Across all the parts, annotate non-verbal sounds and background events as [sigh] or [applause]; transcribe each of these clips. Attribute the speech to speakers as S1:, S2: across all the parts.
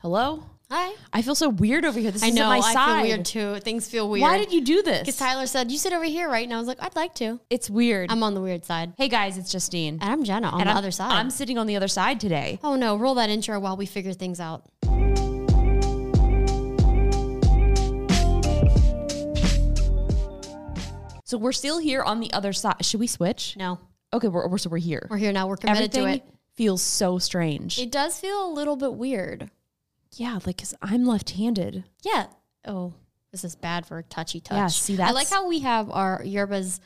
S1: Hello?
S2: Hi.
S1: I feel so weird over here. This
S2: I
S1: isn't
S2: know.
S1: my
S2: I
S1: side.
S2: feel weird too. Things feel weird.
S1: Why did you do this?
S2: Because Tyler said you sit over here, right? And I was like, I'd like to.
S1: it's weird.
S2: I'm on the weird side,
S1: hey guys, it's Justine.
S2: and I'm Jenna on
S1: And
S2: the
S1: I'm-
S2: other side.
S1: I'm sitting on the other side today.
S2: oh no! Roll that intro while we figure things out.
S1: So we're still here on the other side. Should we switch?
S2: No,
S1: Okay, we're, we're so we're here.
S2: we're here now. We're committed
S1: Everything
S2: to it.
S1: feels so strange.
S2: It does feel a little bit weird.
S1: yeah, like because I'm left-handed.
S2: Yeah. Oh, this is bad for touchy touch.
S1: Yeah, see,
S2: I like
S1: that's-
S2: how we have our yerbas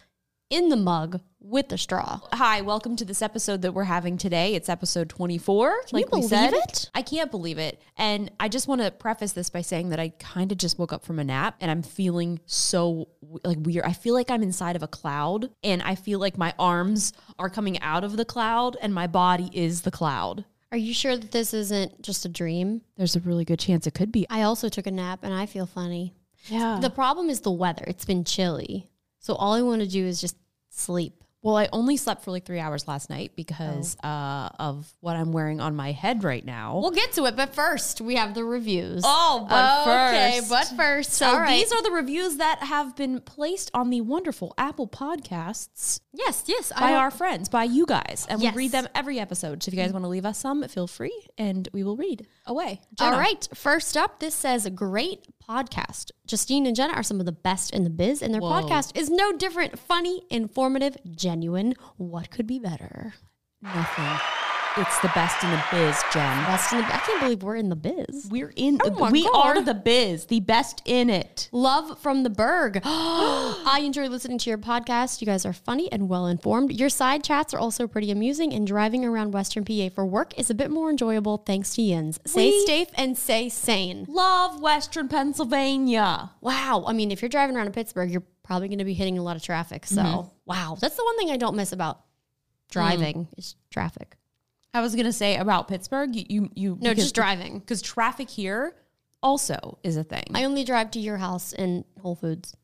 S2: in the mug with the straw.
S1: Hi, welcome to this episode that we're having today. It's episode 24. Can
S2: you
S1: we
S2: believe
S1: said.
S2: it?
S1: I can't believe it. And I just want to preface this by saying that I kind of just woke up from a nap and I'm feeling so w- like weird. I feel like I'm inside of a cloud and I feel like my arms are coming out of the cloud and my body is the cloud.
S2: Are you sure that this isn't just a dream?
S1: There's a really good chance it could be.
S2: I also took a nap and I feel funny.
S1: Yeah.
S2: The problem is the weather. It's been chilly. So all I want to do is just sleep.
S1: well, I only slept for like 3 hours last night because
S2: Oh.
S1: uh of what I'm wearing on my head right now.
S2: We'll get to it, but first we have the reviews.
S1: Oh,
S2: okay, but first,
S1: So
S2: all right.
S1: these are the reviews that have been placed on the wonderful Apple Podcasts
S2: yes, yes,
S1: by
S2: I
S1: our friends, by you guys, and
S2: Yes.
S1: we read them every episode. So if you guys want to leave us some, feel free, and we will read away.
S2: All
S1: Jenna.
S2: right. First up, this says great podcast. Justine and Jenna are some of the best in the biz, and their
S1: Whoa.
S2: podcast is no different. Funny, informative, genuine. What could be better?
S1: nothing. It's the best in the biz, Jen.
S2: Best in the. I can't believe we're in the biz.
S1: We're in.
S2: my
S1: we
S2: God.
S1: are the biz, the best in it.
S2: Love from the Berg. [gasps] I enjoy listening to your podcast. You guys are funny and well informed. Your side chats are also pretty amusing, and driving around Western PA for work is a bit more enjoyable thanks to Yins. Stay
S1: We-
S2: safe and stay sane.
S1: Love Western Pennsylvania.
S2: Wow. I mean, if you're driving around in Pittsburgh, you're probably going to be hitting a lot of traffic. So, wow. That's the one thing I don't miss about driving is traffic.
S1: I was gonna say about Pittsburgh. You, you, you
S2: No, just driving.
S1: because traffic here also is a thing.
S2: I only drive to your house and Whole Foods.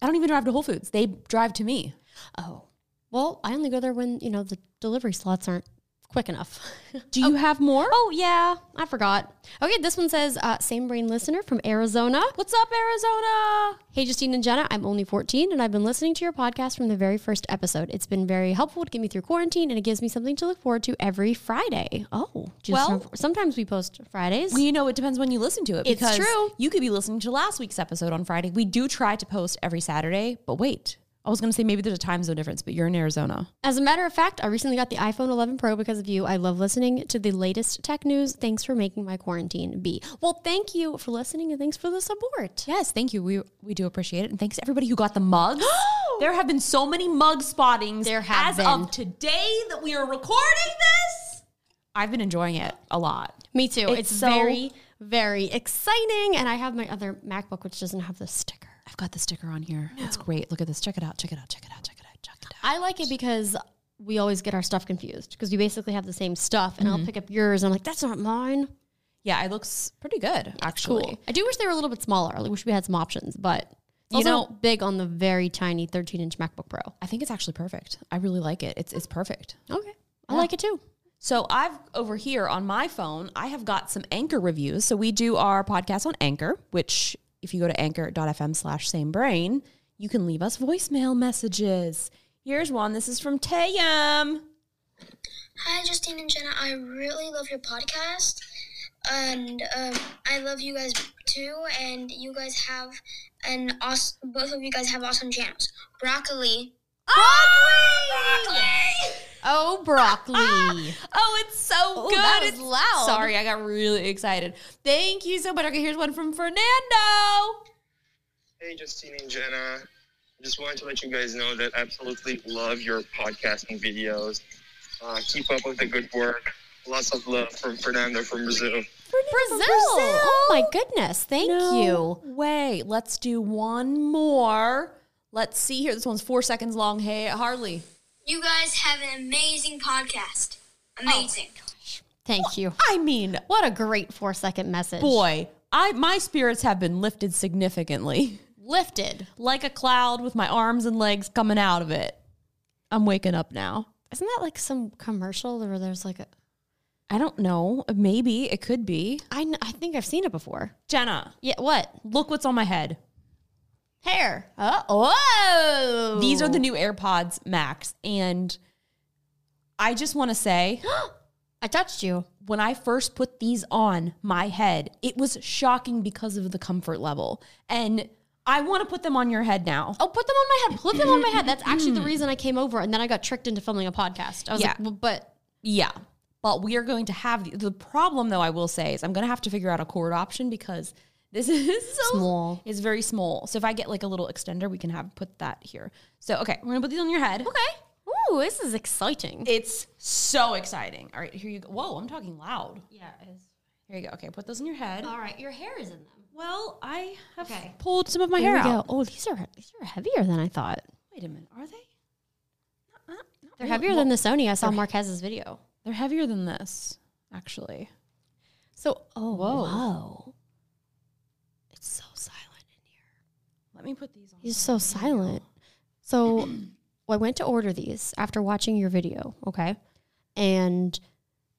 S1: I don't even drive to Whole Foods. They drive to me.
S2: Oh. Well, I only go there when, you know, the delivery slots aren't quick enough. [laughs]
S1: Do you have more?
S2: oh, yeah. I forgot. Okay. This one says, uh, same brain listener from Arizona.
S1: What's up, Arizona?
S2: Hey, Justine and Jenna, I'm only 14 and I've been listening to your podcast from the very first episode. It's been very helpful to get me through quarantine and it gives me something to look forward to every Friday. Oh, just
S1: Well-
S2: sometimes we post Fridays.
S1: Well, you know, it depends when you listen to it.
S2: It's
S1: because
S2: true.
S1: You could be listening to last week's episode on Friday. We do try to post every Saturday, but wait. I was going to say maybe there's a time zone difference, but you're in Arizona.
S2: As a matter of fact, I recently got the iPhone 11 Pro because of you. I love listening to the latest tech news. Thanks for making my quarantine be. Well, thank you for listening and thanks for
S1: [gasps]
S2: the support. [gasps]
S1: Yes, thank you. We we do appreciate it, and thanks to everybody who got the [gasps] mugs. there have been so many mug spottings.
S2: There have
S1: as
S2: been.
S1: of today that we are recording this. I've been enjoying it a lot.
S2: Me too. It's,
S1: It's so-
S2: very, very exciting. And I have my other MacBook, which doesn't have the sticker.
S1: I've got the sticker on here. It's great. Look at this. Check it out. Check it out. Check it out. Check it out. Check it out.
S2: I like it because we always get our stuff confused because we basically have the same stuff, and I'll pick up yours. And I'm like, that's not mine.
S1: Yeah, it looks pretty good actually.
S2: Cool. I do wish they were a little bit smaller. I wish we had some options, but it's
S1: You
S2: also
S1: know-
S2: big on the very tiny 13 inch MacBook Pro.
S1: I think it's actually perfect. I really like it. It's it's perfect.
S2: Okay, I like it too.
S1: So I've over here on my phone, I have got some Anchor reviews. So we do our podcast on Anchor, which if you go to anchor.fm slash same brain, you can leave us voicemail messages. Here's one. This is from Tayum.
S3: Hi, Justine and Jenna. I really love your podcast, and um, I love you guys too. And you guys have an awesome. Both of you guys have awesome channels. Broccoli.
S2: Oh, broccoli.
S1: [laughs] Oh, it's so good.
S2: that was
S1: it's
S2: loud.
S1: Sorry, I got really excited. Thank you so much. Okay, here's one from Fernando.
S4: Hey, Justine and Jenna. Just wanted to let you guys know that I absolutely love your podcasting videos. Uh, keep up with the good work. Lots of love from Fernando from Brazil.
S2: Brazil. Oh my goodness. Thank you.
S1: Way. Let's do one more. Let's see here. This one's four seconds long. Hey, Harley.
S3: You guys have an amazing podcast.
S5: [laughs]
S3: Amazing.
S2: Thank you.
S1: I mean,
S2: What a great four second message.
S1: boy, I my spirits have been lifted significantly.
S2: Lifted.
S1: Like a cloud with my arms and legs coming out of it. I'm waking up now.
S2: Isn't that like some commercial where there's like a
S1: I don't know. Maybe it could be.
S2: I, kn- I think I've seen it before.
S1: Jenna,
S2: Yeah, what?
S1: look what's on my head.
S2: Hair. Oh, whoa.
S1: These are the new AirPods Max. And I just want to say,
S2: [gasps] I touched you.
S1: when I first put these on my head, it was shocking because of the comfort level. And I want to put them on your head now.
S2: Oh, put them on my head. Put them on my head. That's actually the reason I came over, and then I got tricked into filming a podcast. I was
S1: Yeah.
S2: like, well, but
S1: Yeah. But we are going to have the, the problem, though, I will say, is I'm going to have to figure out a cord option because this [laughs] is so
S2: Small.
S1: It's very small. So if I get like a little extender, we can have put that here. So, okay, we're going to put these on your head.
S2: okay. Ooh, this is exciting.
S1: It's so exciting. All right, here you go. Whoa, I'm talking loud.
S2: yeah, it is.
S1: Here you go. Okay, put those in your head.
S2: All right, your hair is in them.
S1: Well, I have
S2: Okay.
S1: pulled some of my
S2: Here
S1: hair
S2: we go.
S1: out.
S2: Oh, these are these are heavier than I thought.
S1: Wait a minute, are they? Not- not- not
S2: They're
S1: really.
S2: heavier
S1: Well,
S2: than the Sony. I saw Marquez's video.
S1: they're heavier than this, actually.
S2: So, oh,
S1: Whoa.
S2: whoa. It's so silent in here.
S1: Let me put these on.
S2: He's so silent. So [clears throat] I went to order these after watching your video, okay? And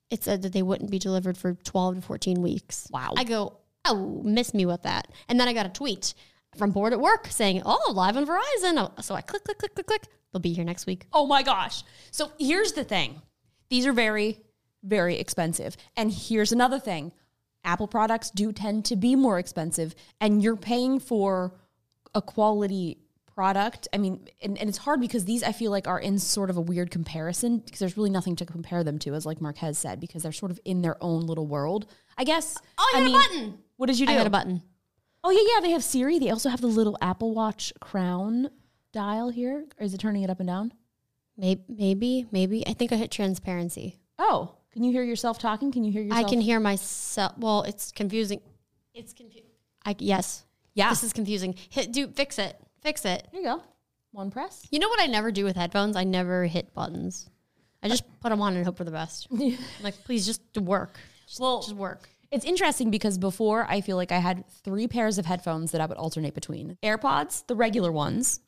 S2: it said that they wouldn't be delivered for 12 to 14 weeks.
S1: Wow.
S2: I go, oh, miss me with that. And then I got a tweet from Board at Work saying, oh, live on Verizon. Oh, So I click, click, click, click, click. They'll be here next week.
S1: Oh my gosh. So here's the thing. These are very, very expensive. And here's another thing. Apple products do tend to be more expensive and you're paying for a quality product. I mean, and, and it's hard because these I feel like are in sort of a weird comparison because there's really nothing to compare them to, as like Marquez said, because they're sort of in their own little world. I guess.
S2: Oh,
S1: I
S2: you got a
S1: mean,
S2: button.
S1: What did you do?
S2: I got a button.
S1: Oh yeah, yeah. They have Siri. They also have the little Apple Watch crown dial here. Or is it turning it up and down?
S2: Maybe, maybe, maybe. I think I hit transparency.
S1: Oh, can you hear yourself talking? Can you hear yourself?
S2: I can hear myself. Well, it's confusing. It's confusing. I, yes.
S1: Yeah.
S2: This is confusing. Hit, do fix it. Fix it.
S1: Here you go. One press.
S2: You know what I never do with headphones? I never hit buttons. I just put them on and hope for the best.
S1: [laughs]
S2: I'm like, please just do work. Just,
S1: Well-
S2: just work.
S1: It's interesting because before I feel like I had three pairs of headphones that I would alternate between AirPods, the regular ones,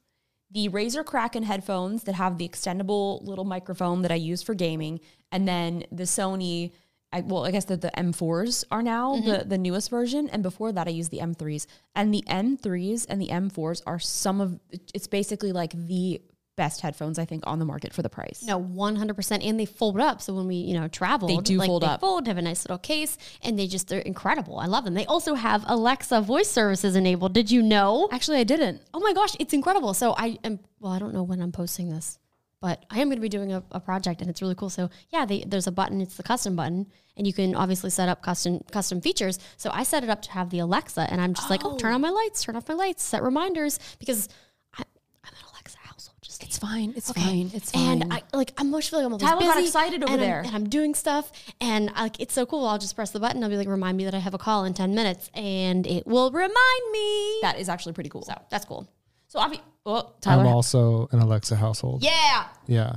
S1: the Razer Kraken headphones that have the extendable little microphone that I use for gaming, and then the Sony. I, well, I guess that the M4s are now
S2: Mm-hmm.
S1: the, the newest version. And before that, I used the M3s. And the M3s and the M4s are some of it's basically like the best headphones, I think, on the market for the price.
S2: No, 100%. And they fold up. So when we, you know, travel,
S1: They do
S2: like,
S1: fold
S2: they
S1: up.
S2: fold, have a nice little case, and they just, they're incredible. I love them. They also have Alexa voice services enabled. Did you know?
S1: Actually, I didn't.
S2: Oh my gosh, it's incredible. So I am well, I don't know when I'm posting this, but I am going to be doing a, a project and it's really cool. So yeah, they, there's a button. It's the custom button, and you can obviously set up custom custom features. So I set it up to have the Alexa, and I'm just like, oh, turn on my lights, turn off my lights, set reminders because I, I'm an Alexa household. Just
S1: It's fine. It's
S2: Okay.
S1: fine. It's fine.
S2: and I like I'm much feeling I'm always
S1: Tyler
S2: busy
S1: got excited over
S2: and I'm-
S1: there.
S2: and I'm doing stuff, and I, like it's so cool. I'll just press the button. I'll be like, remind me that I have a call in ten minutes, and it will remind me.
S1: that is actually pretty cool.
S2: so that's cool.
S1: So I mean, well,
S6: I'm
S1: Tyler,
S6: also an Alexa household.
S2: Yeah.
S6: Yeah.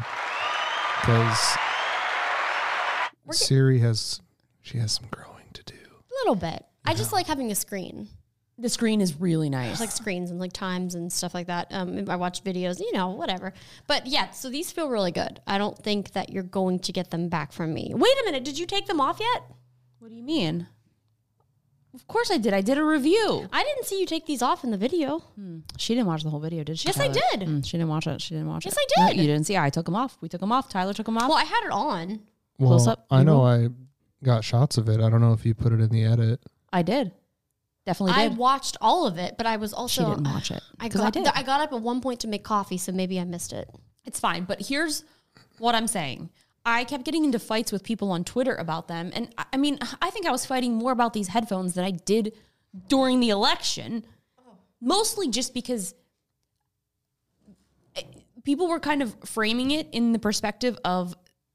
S6: Because Siri has she has some growing to do.
S2: little bit. I just like having a screen,
S1: the screen is really nice.
S2: like screens and like times and stuff like that. Um, if I watch videos, you know, whatever. But yeah, so these feel really good. I don't think that you're going to get them back from me. Wait a minute, did you take them off yet?
S1: what do you mean? Of course I did. I did a review.
S2: I didn't see you take these off in the video.
S1: She didn't watch the whole video, did she?
S2: Yes, I
S1: Tyler?
S2: did.
S1: Mm, she didn't watch it. She didn't watch
S2: Yes,
S1: it.
S2: I
S1: No,
S2: did.
S1: you didn't see. I took them off. We took them off. Tyler took them off.
S2: Well, I had it on.
S6: Well,
S1: Close up,
S6: I
S1: you
S6: know
S1: will.
S6: I got shots of it. I don't know if you put it in the edit.
S1: I did. Definitely
S2: I
S1: did.
S2: watched all of it, but I was also
S1: she didn't watch it
S2: I
S1: because I,
S2: got
S1: did.
S2: I got up at one point to make coffee, so maybe I missed it.
S1: it's fine. But here's what I'm saying. I kept getting into fights with people on Twitter about them. And I- I mean, I think I was fighting more about these headphones than I did during the election, mostly just because eh, people were kind of framing it in the perspective of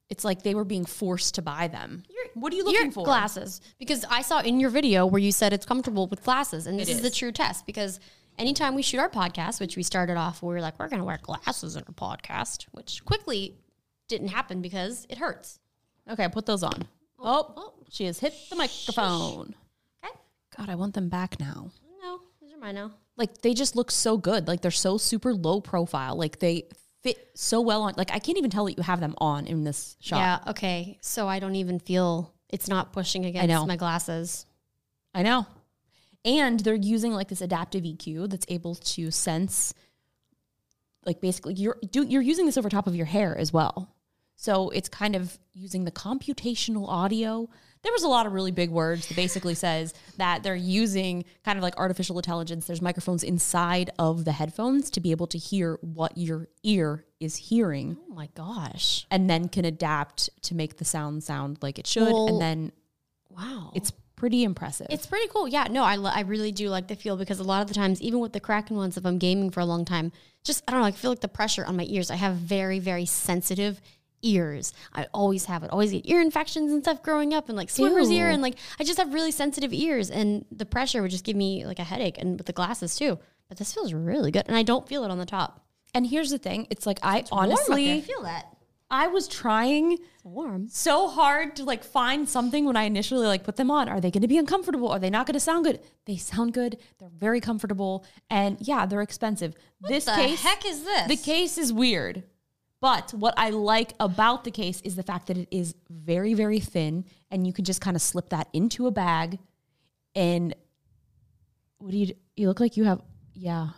S1: it's like they were being forced to buy them. what are you looking
S2: your
S1: for?
S2: Glasses, because I saw in your video where you said it's comfortable with glasses, and this is. the true test. Because anytime we shoot our podcast, which we started off, we were like, we're going to wear glasses in a podcast, which quickly didn't happen because it hurts.
S1: Okay, put those on. Oh, she has hit the microphone.
S2: Okay,
S1: God, I want them back now.
S2: no, these are mine now.
S1: like they just look so good. Like they're so super low profile. Like they fit so well on. Like I can't even tell that you have them on in this shot.
S2: Yeah, okay. So I don't even feel It's not pushing against
S1: know.
S2: my glasses.
S1: I know. And they're using like this adaptive EQ that's able to sense like basically you're do, you're using this over top of your hair as well. So it's kind of using the computational audio. There was a lot of really big words that basically says that they're using kind of like artificial intelligence. There's microphones inside of the headphones to be able to hear what your ear is hearing
S2: Oh my gosh.
S1: and then can adapt to make the sound sound like it should
S2: Well-
S1: and then
S2: Wow.
S1: it's pretty impressive.
S2: It's pretty cool. Yeah, no, I, lo- I really do like the feel because a lot of the times, even with the Kraken ones, if I'm gaming for a long time, just, I don't know, I feel like the pressure on my ears. I have very, very sensitive ears. I always have it. Always get ear infections and stuff growing up and like swimmer's ear.
S1: Ew.
S2: And like, I just have really sensitive ears and the pressure would just give me like a headache and with the glasses too. But this feels really good. And I don't feel it on the top.
S1: And here's the thing, it's like I
S2: Warm up there. I
S1: honestly
S2: feel that.
S1: I was trying
S2: It's warm.
S1: so hard to like find something when I initially like put them on. Are they going to be uncomfortable? Are they not going to sound good? They sound good. They're very comfortable and yeah, they're expensive. this case
S2: is this?
S1: the case is weird. But what I like about the case is the fact that it is very very thin and you can just kind of slip that into a bag and what do you you look like you have yeah.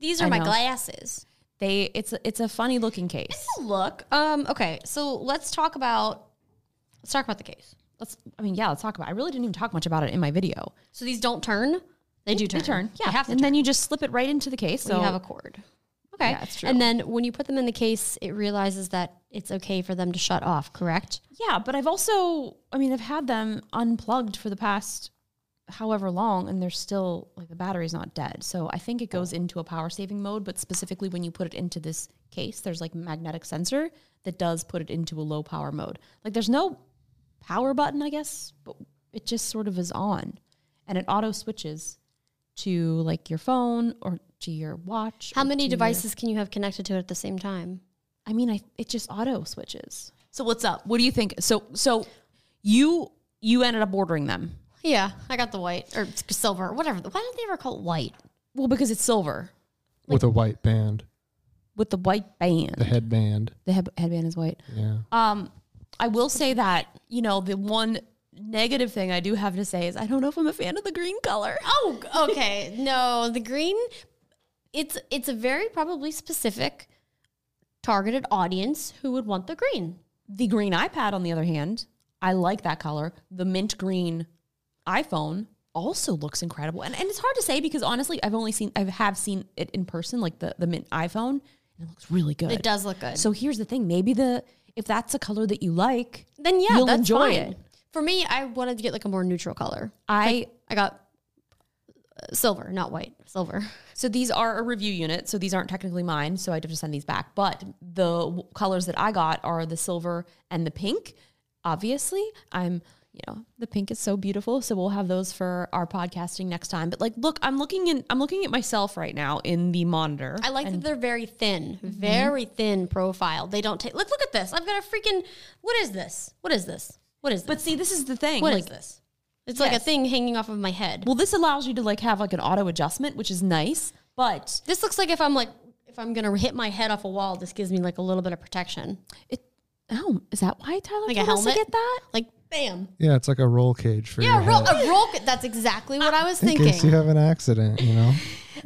S2: These are
S1: I
S2: my
S1: know.
S2: glasses.
S1: They it's a, it's a funny looking case.
S2: look. Um, okay, so let's talk about let's talk about the case.
S1: let's I mean, yeah, let's talk about I really didn't even talk much about it in my video.
S2: So these don't turn. They do turn.
S1: They turn. Yeah.
S2: They have to
S1: and
S2: turn.
S1: then you just slip it right into the case.
S2: So
S1: So
S2: you have a cord. Okay.
S1: Yeah, it's true.
S2: And then when you put them in the case, it realizes that it's okay for them to shut off, correct?
S1: yeah, but I've also I mean, I've had them unplugged for the past however long and they're still like the battery's not dead. So I think it
S2: Oh.
S1: goes into a power saving mode, but specifically when you put it into this case, there's like magnetic sensor that does put it into a low power mode. Like there's no power button, I guess, but it just sort of is on and it auto switches to like your phone or to your watch.
S2: How
S1: or to
S2: many
S1: your-
S2: devices can you have connected to it at the same time?
S1: I mean, I it just auto switches. So what's up? What do you think? So so you you ended up ordering them.
S2: Yeah, I got the white or silver, whatever. Why did they ever call it white?
S1: Well, because it's silver
S6: with a white band,
S1: with the white band.
S6: the headband.
S1: The head, headband is white.
S6: Yeah.
S1: Um, I will say that you know the one negative thing I do have to say is I don't know if I'm a fan of the green color. [laughs]
S2: Oh, okay. [laughs] no, the green. It's it's a very probably specific targeted audience who would want the green.
S1: The green iPad, on the other hand, I like that color. The mint green iPhone also looks incredible. And, and it's hard to say because honestly, I've only seen, I have seen it in person, like the, the mint iPhone, and it looks really good.
S2: It does look good.
S1: So here's the thing maybe the, if that's a color that you like,
S2: then yeah,
S1: you'll
S2: that's
S1: enjoy
S2: fine.
S1: it.
S2: For me, I wanted to get like a more neutral color.
S1: I,
S2: I got uh, silver, not white, silver. [laughs]
S1: so these are a review unit. So these aren't technically mine. So I'd have to send these back. But the w- colors that I got are the silver and the pink. Obviously, I'm, you know, the pink is so beautiful. So we'll have those for our podcasting next time. But like, look, I'm looking in, I'm looking at myself right now in the monitor.
S2: I like that they're very thin,
S1: Mm-hmm.
S2: very thin profile. They don't take. Look, look at this. I've got a freaking. What is this? What is this? What is this?
S1: but see, this is the thing.
S2: What is
S1: like,
S2: this? It's like a thing hanging off of my head.
S1: Well, this allows you to like have like an auto adjustment, which is nice. But
S2: This looks like if I'm like if I'm gonna hit my head off a wall, this gives me like a little bit of protection.
S1: it, oh, is that why Tyler
S2: Like a
S1: told us to
S2: helmet?
S1: get
S2: [laughs]
S1: that?
S2: Like bam.
S6: Yeah, it's like a roll cage for
S2: Yeah,
S6: your
S2: a roll,
S6: head.
S2: a roll. ca- That's exactly
S1: Ah.
S2: what I was
S6: in case
S2: thinking.
S6: you have an accident, you know.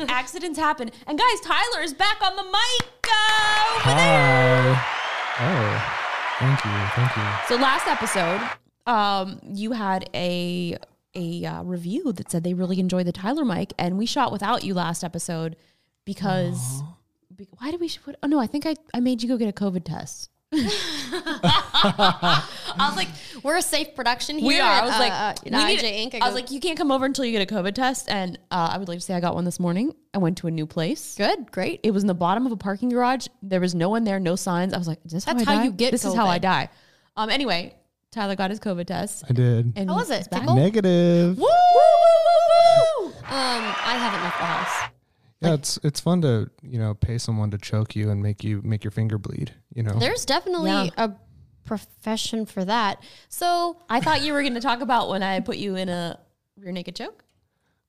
S1: Accidents happen. And guys, Tyler is back on the mic. uh, over there.
S6: Hi. Oh, thank you, thank you.
S1: So last episode, um, you had a a uh, review that said they really enjoy the Tyler mic, and we shot without you last episode because. be- Why did we? sh- What, oh no! I think I, I made you go get a COVID test.
S2: I was like, we're a safe production here.
S1: I was
S2: at,
S1: like,
S2: uh, uh, you know,
S1: we need-
S2: IJ Inc.
S1: I was like, you can't come over until you get a COVID test. And uh, I would like to say I got one this morning. I went to a new place.
S2: good, great.
S1: It was in the bottom of a parking garage. There was no one there, no signs. I was like, is this
S2: That's
S1: how, I
S2: how
S1: die?
S2: you get
S1: This is how I
S2: COVID.
S1: die. Um. Anyway, Tyler got his COVID test.
S6: I did.
S1: And
S2: How was
S1: he's
S2: it?
S1: back.
S2: Tickle?
S6: Negative.
S1: Woo, woo, woo, woo, woo.
S2: Um, I haven't left the house.
S6: Yeah, it's it's fun to you know pay someone to choke you and make you make your finger bleed. You know.
S2: There's definitely
S1: Yeah.
S2: a profession for that. So
S1: I thought you were going to talk about when I put you in a rear naked choke.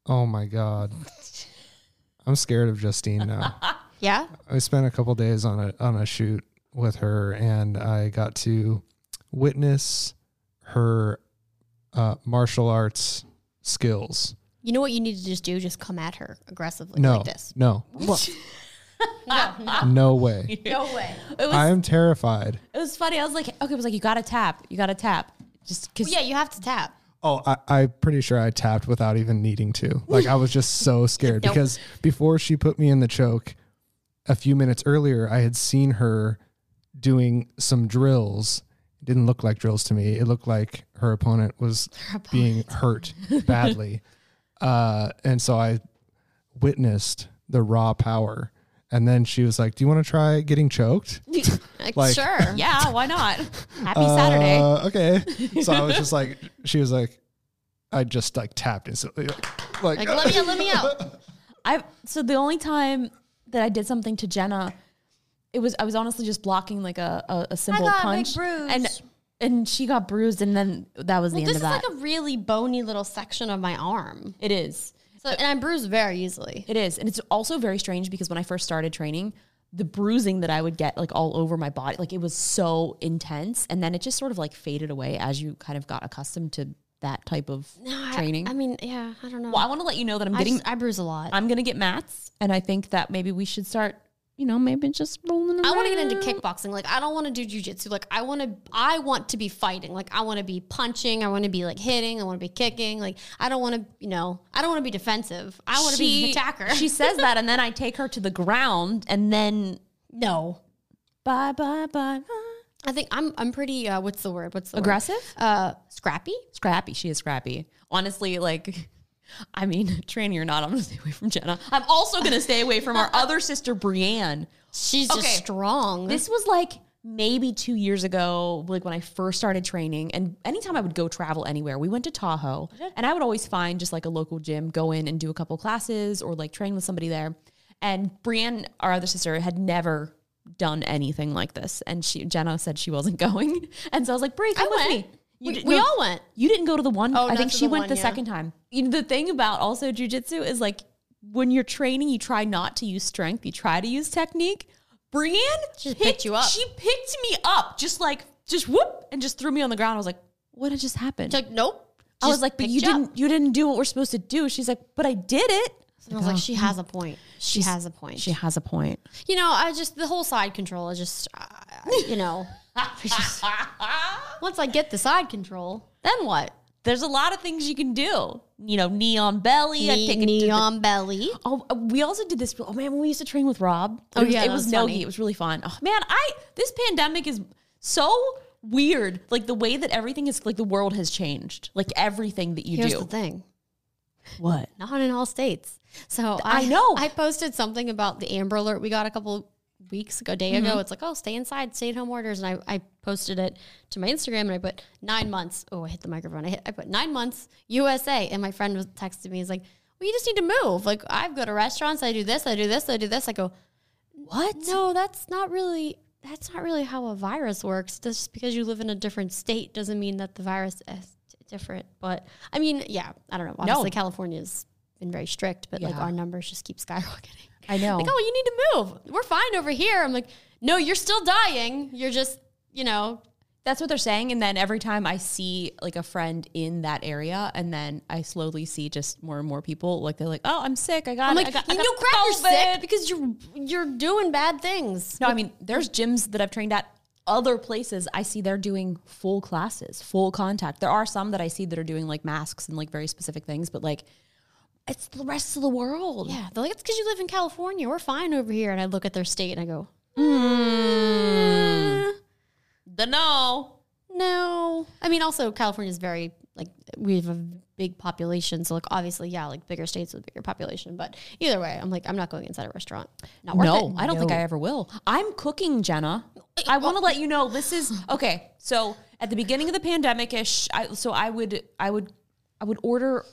S6: oh
S2: [laughs]
S6: my god. I'm scared of Justine now.
S2: yeah,
S6: I spent a couple days on a on a shoot with her, and I got to witness her uh, martial arts skills.
S2: You know what you need to just do? Just come at her aggressively
S6: No,
S2: like this.
S6: no, [laughs]
S2: [laughs] No
S6: no way.
S2: way.
S1: It was,
S6: I am terrified.
S1: it was funny. I was like, okay, it was like, you got to tap. You got to tap. Just because.
S2: yeah, you have to tap.
S6: Oh, I, I'm pretty sure I tapped without even needing to. Like I was
S2: [laughs]
S6: just so scared
S2: Nope.
S6: because before she put me in the choke, a few minutes earlier, I had seen her doing some drills. It didn't look like drills to me. It looked like her opponent was being hurt
S2: [laughs]
S6: badly, uh, and so I witnessed the raw power. And then she was like, "Do you want to try getting choked?"
S2: [laughs]
S6: [laughs]
S2: Like,
S6: Like-
S2: sure. Yeah.
S1: Yeah, why not? Happy
S6: [laughs]
S1: Saturday.
S6: Uh, okay. So I was just like, she was like, I just like tapped instantly. Like,
S2: Like,
S6: like,
S2: let me out, let
S1: [laughs]
S2: me out.
S1: I so the only time that I did something to Jenna, it was I was honestly just blocking like a a, a simple
S2: got a big
S1: punch,
S2: bruise.
S1: and and she got bruised, and then that was the end
S2: Well,
S1: of
S2: this is
S1: that.
S2: like a really bony little section of my arm.
S1: it is,
S2: So, and I bruise very easily.
S1: it is, and it's also very strange because when I first started training, the bruising that I would get like all over my body, like it was so intense, and then it just sort of like faded away as you kind of got accustomed to that type of
S2: No, I-
S1: training.
S2: I, mean, yeah, I don't know.
S1: well, I want to let you know that I'm
S2: I,
S1: getting
S2: just- I bruise a lot. i
S1: I'm gonna get mats, and I think that maybe we should start. You know, maybe just rolling around.
S2: want to get into
S1: Mm.
S2: kickboxing. Like, I don't want to do jujitsu. Like, I want to. I want to be fighting. Like, I want to be punching. I want to be like hitting. I want to be kicking. Like, I don't want to. You know, I don't want to be defensive. I want to be an attacker.
S1: She says that, and then I take her to the ground, and then
S2: [laughs] no.
S1: bye, bye, bye. bye.
S2: I think I'm. I'm pretty. Uh, what's the word? What's the word?
S1: Aggressive,
S2: Uh, scrappy.
S1: scrappy. She is scrappy. Honestly, like, [laughs] I mean, tranny or not, I'm gonna [laughs] stay away from Jenna. I'm also gonna stay away from our other sister, Brienne.
S2: She's
S1: Okay.
S2: just strong.
S1: This was like maybe two years ago, like when I first started training. And anytime I would go travel anywhere, we went to Tahoe. And I would always find just like a local gym, go in and do a couple classes or like train with somebody there. And Brienne, our other sister, had never done anything like this. And she Jenna said she wasn't [laughs] going. And so I was like, Brie, come with
S2: went.
S1: me. You
S2: we,
S1: didn't-
S2: we
S1: no,
S2: all went.
S1: you didn't go to the one.
S2: Oh,
S1: I
S2: not
S1: think
S2: to
S1: she
S2: the
S1: went
S2: one,
S1: the
S2: yeah.
S1: second time. You- The thing about also jujitsu is like when you're training, you try not to use strength. You try to use technique. Brienne
S2: She picked you up.
S1: She picked me up, just like just whoop, and just threw me on the ground. I was like, "What had just happened?"
S2: She's like, nope.
S1: I was
S2: Just
S1: like, "But
S2: picked
S1: you
S2: up."
S1: didn't. You didn't do what we're supposed to do." She's like, "But I did it."
S2: And I was like, she has a point. Oh. She has a point.
S1: She has a
S2: [laughs]
S1: point.
S2: you know, I just the whole side control is just, uh, you [laughs] know, once I get the side control, then what?
S1: There's a lot of things you can do. You know, knee on belly. I
S2: Knee,
S1: take it to
S2: knee
S1: the
S2: on belly.
S1: Oh, uh, we also did this. Oh man, when we used to train with Rob, it was,
S2: Oh, yeah,
S1: it
S2: that
S1: was,
S2: was
S1: no
S2: funny.
S1: gi. It was really fun. Oh man, I this pandemic is so weird. Like the way that everything is, like the world has changed. Like everything that you
S2: Here's
S1: do.
S2: the thing:
S1: What?
S2: not in all states. So
S1: I know.
S2: I posted something about the Amber Alert we got a couple weeks ago, day
S1: Mm-hmm.
S2: ago. It's like, oh, stay inside, stay at home orders, and I, I posted it to my Instagram, and I put nine months. Oh, I hit the microphone. I hit. I put nine months USA, and my friend was texted me. He's like, well, you just need to move. Like I've go to restaurants, I do this, I do this, I do this. I go,
S1: What?
S2: no, that's not really. That's not really how a virus works. Just because you live in a different state doesn't mean that the virus is different. But I mean, yeah, I don't know. Obviously, California's been very strict, but like
S1: Yeah.
S2: our numbers just keep skyrocketing.
S1: I know.
S2: Like, oh, you need to move. We're fine over here. I'm like, no, you're still dying. You're just, you know,
S1: That's what they're saying. And then every time I see like a friend in that area, and then I slowly see just more and more people. Like they're like, oh, I'm sick. I got.
S2: I'm
S1: it.
S2: like,
S1: I got, I
S2: you
S1: got
S2: know, crap, you're
S1: COVID."
S2: sick because you're you're doing bad things.
S1: No, I mean, there's gyms that I've trained at other places. I see they're doing full classes, full contact. There are some that I see that are doing like masks and like very specific things, but like it's the rest of the world.
S2: Yeah, they're like, it's because you live in California. We're fine over here. And I look at their state and I go,
S1: The no.
S2: No, I mean also California's very like we have a big population, so like obviously yeah, like bigger states with bigger population. But either way, I'm like I'm not going inside a restaurant. Not worth
S1: No,
S2: it.
S1: I don't think I ever will. I'm cooking, Jenna. I want to let you know this is okay. So at the beginning of the pandemic ish, I, so I would, I would, I would order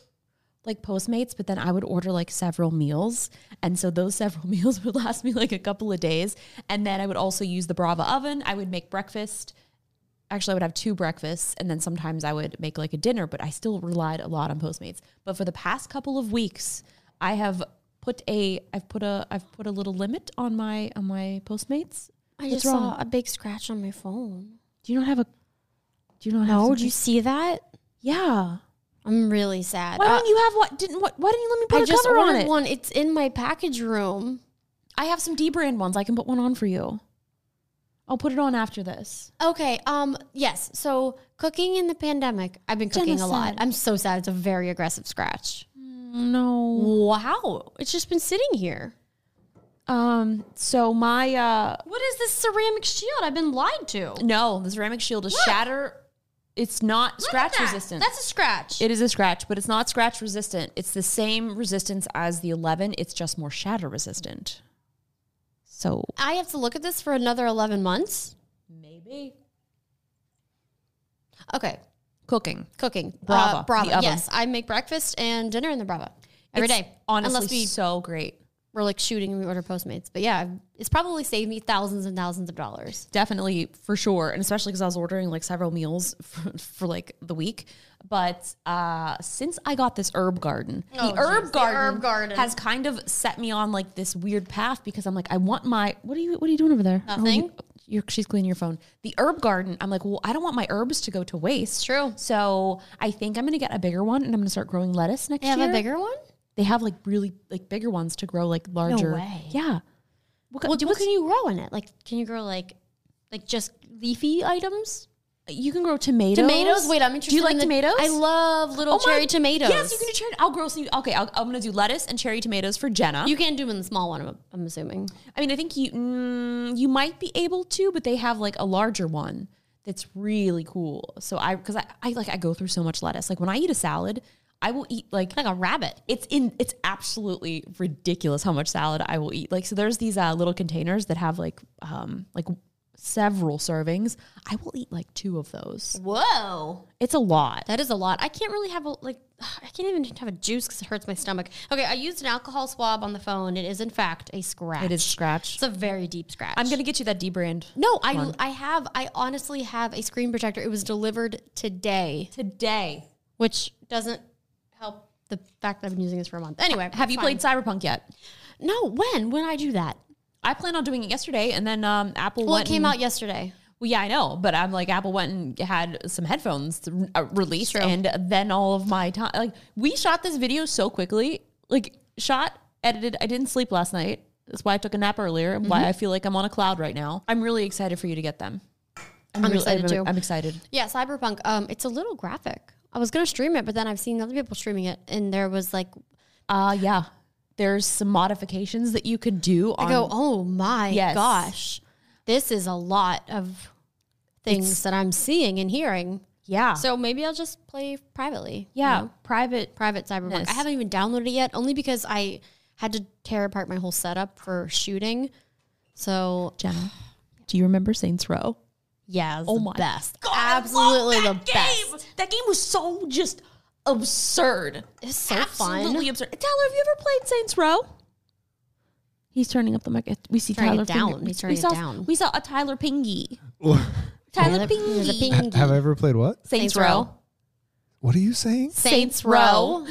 S1: like Postmates, but then I would order like several meals. And so those [laughs] several meals would last me like a couple of days. And then I would also use the Brava oven. I would make breakfast. Actually, I would have two breakfasts. And then sometimes I would make like a dinner, but I still relied a lot on Postmates. But for the past couple of weeks, I have put a I've put a I've put a little limit on my on my Postmates.
S2: I
S1: What's
S2: just
S1: wrong?
S2: saw a big scratch on my phone.
S1: Do you not have a Do Oh, you not
S2: No,
S1: have?
S2: did you see that?
S1: Yeah.
S2: I'm really sad.
S1: Why
S2: Uh,
S1: don't you have what? Didn't what? Why didn't you let me put
S2: I
S1: a
S2: just
S1: cover on
S2: ordered
S1: it?
S2: one. It's in my package room.
S1: I have some D brand ones. I can put one on for you. I'll put it on after this.
S2: Okay. Um. Yes. So cooking in the pandemic, I've been cooking a lot.
S1: Genocide.
S2: I'm so sad. It's a very aggressive scratch.
S1: No.
S2: Wow. It's just been sitting here.
S1: Um. So my uh.
S2: What is this ceramic shield? I've been lied to.
S1: No, the ceramic shield is shatter. It's not scratch resistant.
S2: That's a scratch.
S1: it is a scratch, but it's not scratch resistant. It's the same resistance as the 11. It's just more shatter resistant. So
S2: I have to look at this for another 11 months.
S1: maybe
S2: Okay.
S1: cooking.
S2: Cooking.
S1: Brava,
S2: Uh, Brava.
S1: the oven.
S2: Yes. I make breakfast and dinner in the Brava every
S1: It's
S2: day.
S1: Honestly,
S2: Unless we
S1: so great.
S2: were like shooting and we order Postmates. But yeah, it's probably saved me thousands and thousands of dollars.
S1: Definitely, for sure, and especially because I was ordering like several meals [laughs] for, for like the week. But uh, since I got this herb garden,
S2: Oh,
S1: the, herb
S2: geez, the
S1: garden
S2: herb garden.
S1: has kind of set me on like this weird path because I'm like, I want my what are you what are you doing over there? Oh,
S2: Nothing.
S1: you- you're, she's cleaning your phone. The herb garden. I'm like, well, I don't want my herbs to go to waste.
S2: True.
S1: So I think I'm gonna get a bigger one, and I'm gonna start growing lettuce next
S2: They have
S1: year.
S2: a bigger one?
S1: They have like really like bigger ones to grow like larger.
S2: way.
S1: Yeah. What,
S2: Well, do, what can you grow in it? Like, can you grow like, like just leafy items?
S1: You can grow tomatoes.
S2: Tomatoes? Wait, I'm interested.
S1: Do you like
S2: in the-
S1: tomatoes?
S2: I love little
S1: Oh my-
S2: cherry tomatoes.
S1: Yes, you can do cherry. I'll grow some. Okay, I'll, I'm gonna do lettuce and cherry tomatoes for Jenna.
S2: You can't do them in the small one. I'm, I'm assuming.
S1: I mean, I think you mm, you might be able to, but they have like a larger one that's really cool. So I because I, I like I go through so much lettuce. Like when I eat a salad, I will eat like
S2: Like a rabbit.
S1: it's in it's absolutely ridiculous how much salad I will eat. Like so there's these uh, little containers that have like um like several servings. I will eat like two of those.
S2: Whoa,
S1: It's a lot.
S2: that is a lot. I can't really have a like. [sighs] I can't even have a juice because it hurts my stomach. Okay, I used an alcohol swab on the phone. It is in fact a scratch.
S1: It is scratch.
S2: It's a very deep scratch.
S1: I'm gonna get you that D brand
S2: No, I I have. I honestly have a screen protector. It was delivered today,
S1: today.
S2: which doesn't help the fact that I've been using this for a month. Anyway,
S1: Have you
S2: fine.
S1: played Cyberpunk yet?
S2: No. When? When I do that?
S1: I plan on doing it yesterday, and then um, Apple
S2: Well, it
S1: went
S2: came
S1: and-
S2: out yesterday.
S1: Well, yeah, I know, but I'm like Apple went and had some headphones uh, released,
S2: True.
S1: and then all of my time, like we shot this video so quickly, like shot, edited. I didn't sleep last night. That's why I took a nap earlier. and
S2: Mm-hmm.
S1: Why I feel like I'm on a cloud right now. I'm really excited for you to get them. I'm, really-
S2: excited
S1: I'm-
S2: too.
S1: I'm excited.
S2: Yeah, Cyberpunk. Um, it's a little graphic. I was gonna stream it, but then I've seen other people streaming it, and there was like,
S1: Uh yeah. There's some modifications that you could do on
S2: I go, oh my
S1: Yes.
S2: gosh, this is a lot of things that I'm seeing and hearing.
S1: yeah.
S2: So maybe I'll just play privately. you
S1: yeah,
S2: know?
S1: private
S2: private cyberpunk.
S1: Nice.
S2: I haven't even downloaded it yet, only because I had to tear apart my whole setup for shooting. So
S1: Jenna, do you remember Saints Row?
S2: yeah,
S1: Oh
S2: oh the
S1: my
S2: best,
S1: God, I love
S2: absolutely the
S1: that game!
S2: best.
S1: That game was so just absurd.
S2: It's so
S1: Absolutely
S2: fun.
S1: absurd. Tyler, have you ever played Saints Row? He's turning up the mic. We see
S2: Turning
S1: Tyler
S2: it down.
S1: finger-
S2: He's turning
S1: we
S2: it
S1: saw,
S2: down.
S1: We saw a Tyler Pingy. Tyler,
S2: There's a
S1: Pingy.
S6: [laughs]
S2: ping.
S6: Ha- have I ever played what?
S1: Saints,
S2: Saints
S1: Row.
S2: Row.
S6: What are you saying?
S2: Saints Row.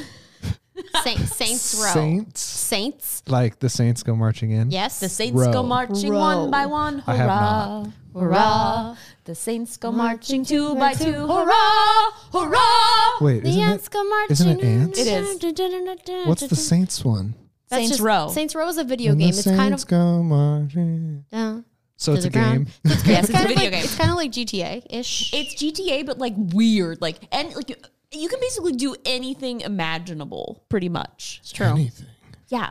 S2: Saints, Saints Row.
S6: Saints?
S2: Saints.
S6: Like the Saints go marching in?
S2: Yes.
S1: The Saints
S6: Row.
S1: go marching one by one. Hurrah.
S6: I have not.
S1: Hurrah. The Saints go marching two by two. Hurrah. Hurrah.
S6: Wait,
S2: the
S6: isn't
S2: ants
S6: it?
S2: go marching.
S6: isn't it ants?
S1: It is.
S6: What's the Saints one?
S2: That's
S1: Saints
S2: just-
S1: Row.
S2: Saints Row is a video
S6: When the
S2: game. It's kind
S6: Saints
S2: of.
S6: go marching.
S2: Uh,
S6: So it's
S2: the
S6: a game.
S2: ground. It's,
S1: Yes, it's a
S2: kind of
S1: video
S2: like,
S1: game.
S2: It's kind of like GTA ish.
S1: It's GTA, but like weird. Like, and like, you- you can basically do anything imaginable, pretty much.
S2: It's true.
S6: [laughs] Anything.
S1: Yeah.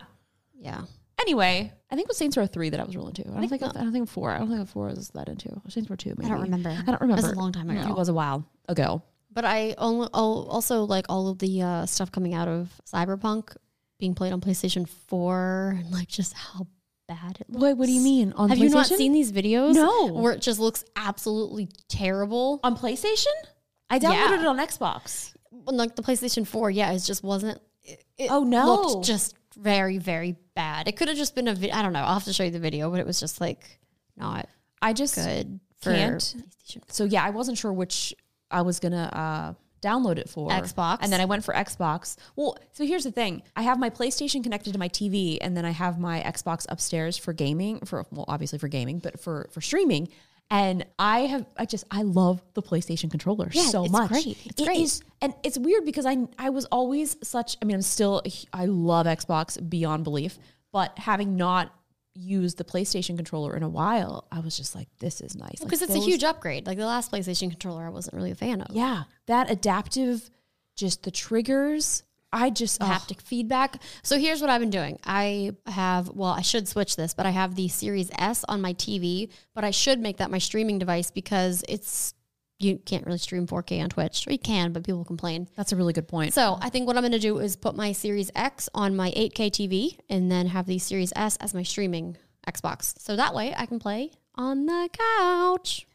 S2: Yeah.
S1: Anyway, I think it was Saints Row three that I was really into. I don't think I, don't think four. I don't think four I was that into. Saints Row two. Maybe.
S2: remember.
S1: I don't
S2: It
S1: remember.
S2: was a long time ago.
S1: It was a while ago.
S2: But I only, al- also like all of the uh, stuff coming out of Cyberpunk being played on PlayStation 4 and like just how bad it looks.
S1: Wait, what do you mean on
S2: Have
S1: PlayStation?
S2: you not seen these videos?
S1: No.
S2: Where it just looks absolutely terrible.
S1: on PlayStation? I downloaded
S2: Yeah.
S1: it on Xbox.
S2: When, Like the PlayStation 4, yeah, it just wasn't. It, it
S1: Oh, no.
S2: Looked just very, very bad. It could have just been a video. I don't know. I'll have to show you the video, but it was just like not
S1: I just
S2: good for
S1: Can't.
S2: PlayStation
S1: so yeah, I wasn't sure which I was gonna uh, download it for
S2: Xbox?
S1: and then I went for Xbox. Well, so here's the thing: I have my PlayStation connected to my TV, and then I have my Xbox upstairs for gaming. For well, obviously for gaming, but for for streaming. And I have, I just, I love the PlayStation controller
S2: Yeah,
S1: so
S2: it's
S1: much.
S2: great. It's
S1: It
S2: great.
S1: is- and it's weird because I, I was always such. I mean, I'm still, a hu- I love Xbox beyond belief, but having not used the PlayStation controller in a while, I was just like, this is nice
S2: because
S1: Like
S2: it's a
S1: those-
S2: huge upgrade. Like the last PlayStation controller, I wasn't really a fan of.
S1: Yeah, that adaptive, just the triggers. I just ugh.
S2: haptic feedback. So here's what I've been doing. I have, well, I should switch this, but I have the Series S on my TV, but I should make that my streaming device because it's you can't really stream 4K on Twitch. Or you can, but people complain.
S1: That's a really good point.
S2: So I think what I'm going to do is put my Series X on my 8K TV and then have the Series S as my streaming Xbox. So that way I can play on the couch.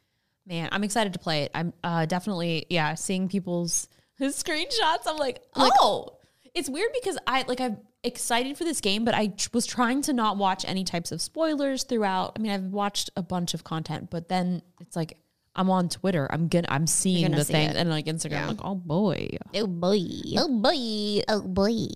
S1: Man, I'm excited to play it. I'm uh, definitely, yeah, seeing people's [laughs] screenshots. I'm like, oh, it's weird because I like I'm excited for this game, but I tr- was trying to not watch any types of spoilers throughout. I mean, I've watched a bunch of content, but then it's like I'm on Twitter. I'm gonna I'm seeing
S2: gonna
S1: the
S2: see
S1: thing
S2: it.
S1: and like Instagram. I'm like, oh boy,
S2: Oh boy. Oh boy. Oh boy.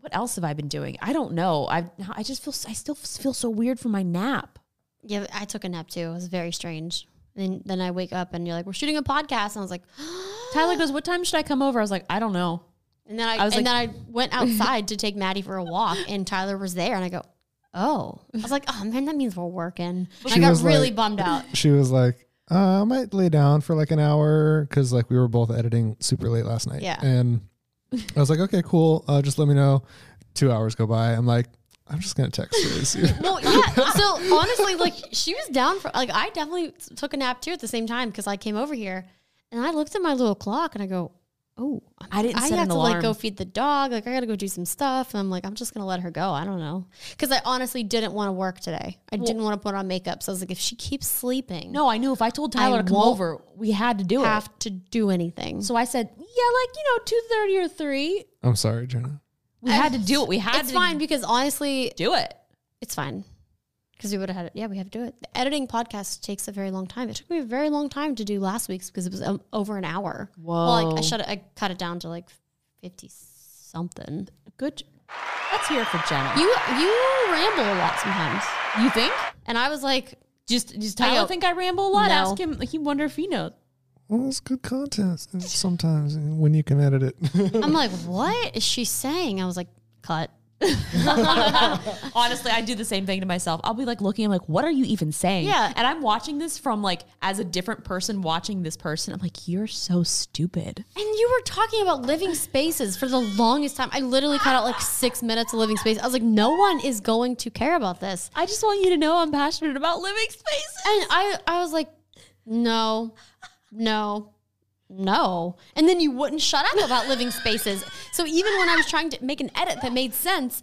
S1: what else have I been doing? I don't know. I I just feel s- I still feel so weird for my nap.
S2: Yeah, I took a nap too. It was very strange. And then I wake up and you're like, we're shooting a podcast. And I was like, [gasps]
S1: Tyler goes, what time should I come over? I was like, I don't know.
S2: and then I,
S1: I was
S2: and then I went outside to take Maddie for a walk and Tyler was there and I go, oh, I was like, oh man, that means we're working. And I
S6: She
S2: got
S6: was
S2: really
S6: like-
S2: bummed
S6: [laughs]
S2: out.
S6: She was like, uh, I might lay down for like an hour because like we were both editing super late last night.
S2: Yeah.
S6: And
S2: [laughs]
S6: I was like, okay, cool. Uh, just let me know. Two hours go by. I'm like, I'm just gonna text her.
S2: [laughs]
S6: to see."
S2: Well, yeah. So honestly, like she was down for like I definitely took a nap too at the same time because I came over here and I looked at my little clock and I go, oh, I'm-
S1: I didn't
S2: I
S1: set
S2: have
S1: an
S2: to
S1: alarm.
S2: like go feed the dog. Like I got to go do some stuff, and I'm like, I'm just gonna let her go. I don't know because I honestly didn't want to work today. I didn't want to put on makeup, so I was like, if she keeps sleeping,
S1: No, I knew if I told Tyler to come
S2: won't
S1: over, we had to do it.
S2: have to do anything.
S1: So I said, yeah, like, you know, 230 or 3.
S6: I'm sorry, Jenna.
S1: We had to do it. We had
S2: it's
S1: to
S2: fine because honestly,
S1: do it.
S2: it's fine. Because we would have had it. Yeah, we have to do it. The editing podcast takes a very long time. It took me a very long time to do last week's because it was um, over an hour. Well, like, I
S1: Whoa.
S2: shut it, I cut it down to like 50 something.
S1: Good. Let's hear it for Jenna.
S2: You you ramble a lot sometimes.
S1: You think?
S2: And I was like,
S1: Just, just
S2: I
S1: Tyler
S2: don't-
S1: think I ramble a lot?
S2: No.
S1: Ask him. He wonder if he knows.
S6: Well, it's good content sometimes when you can edit it. [laughs]
S2: I'm like, what is she saying? I was like, cut.
S1: Honestly, I do the same thing to myself. I'll be like looking, I'm like, what are you even saying?
S2: Yeah.
S1: And I'm watching this from like, as a different person watching this person, I'm like, you're so stupid.
S2: And you were talking about living spaces for the longest time. I literally cut out like six minutes of living space. I was like, no one is going to care about this.
S1: I just want you to know I'm passionate about living spaces.
S2: And I, I was like, no, no, no. And then you wouldn't shut up about living spaces. So even when I was trying to make an edit that made sense,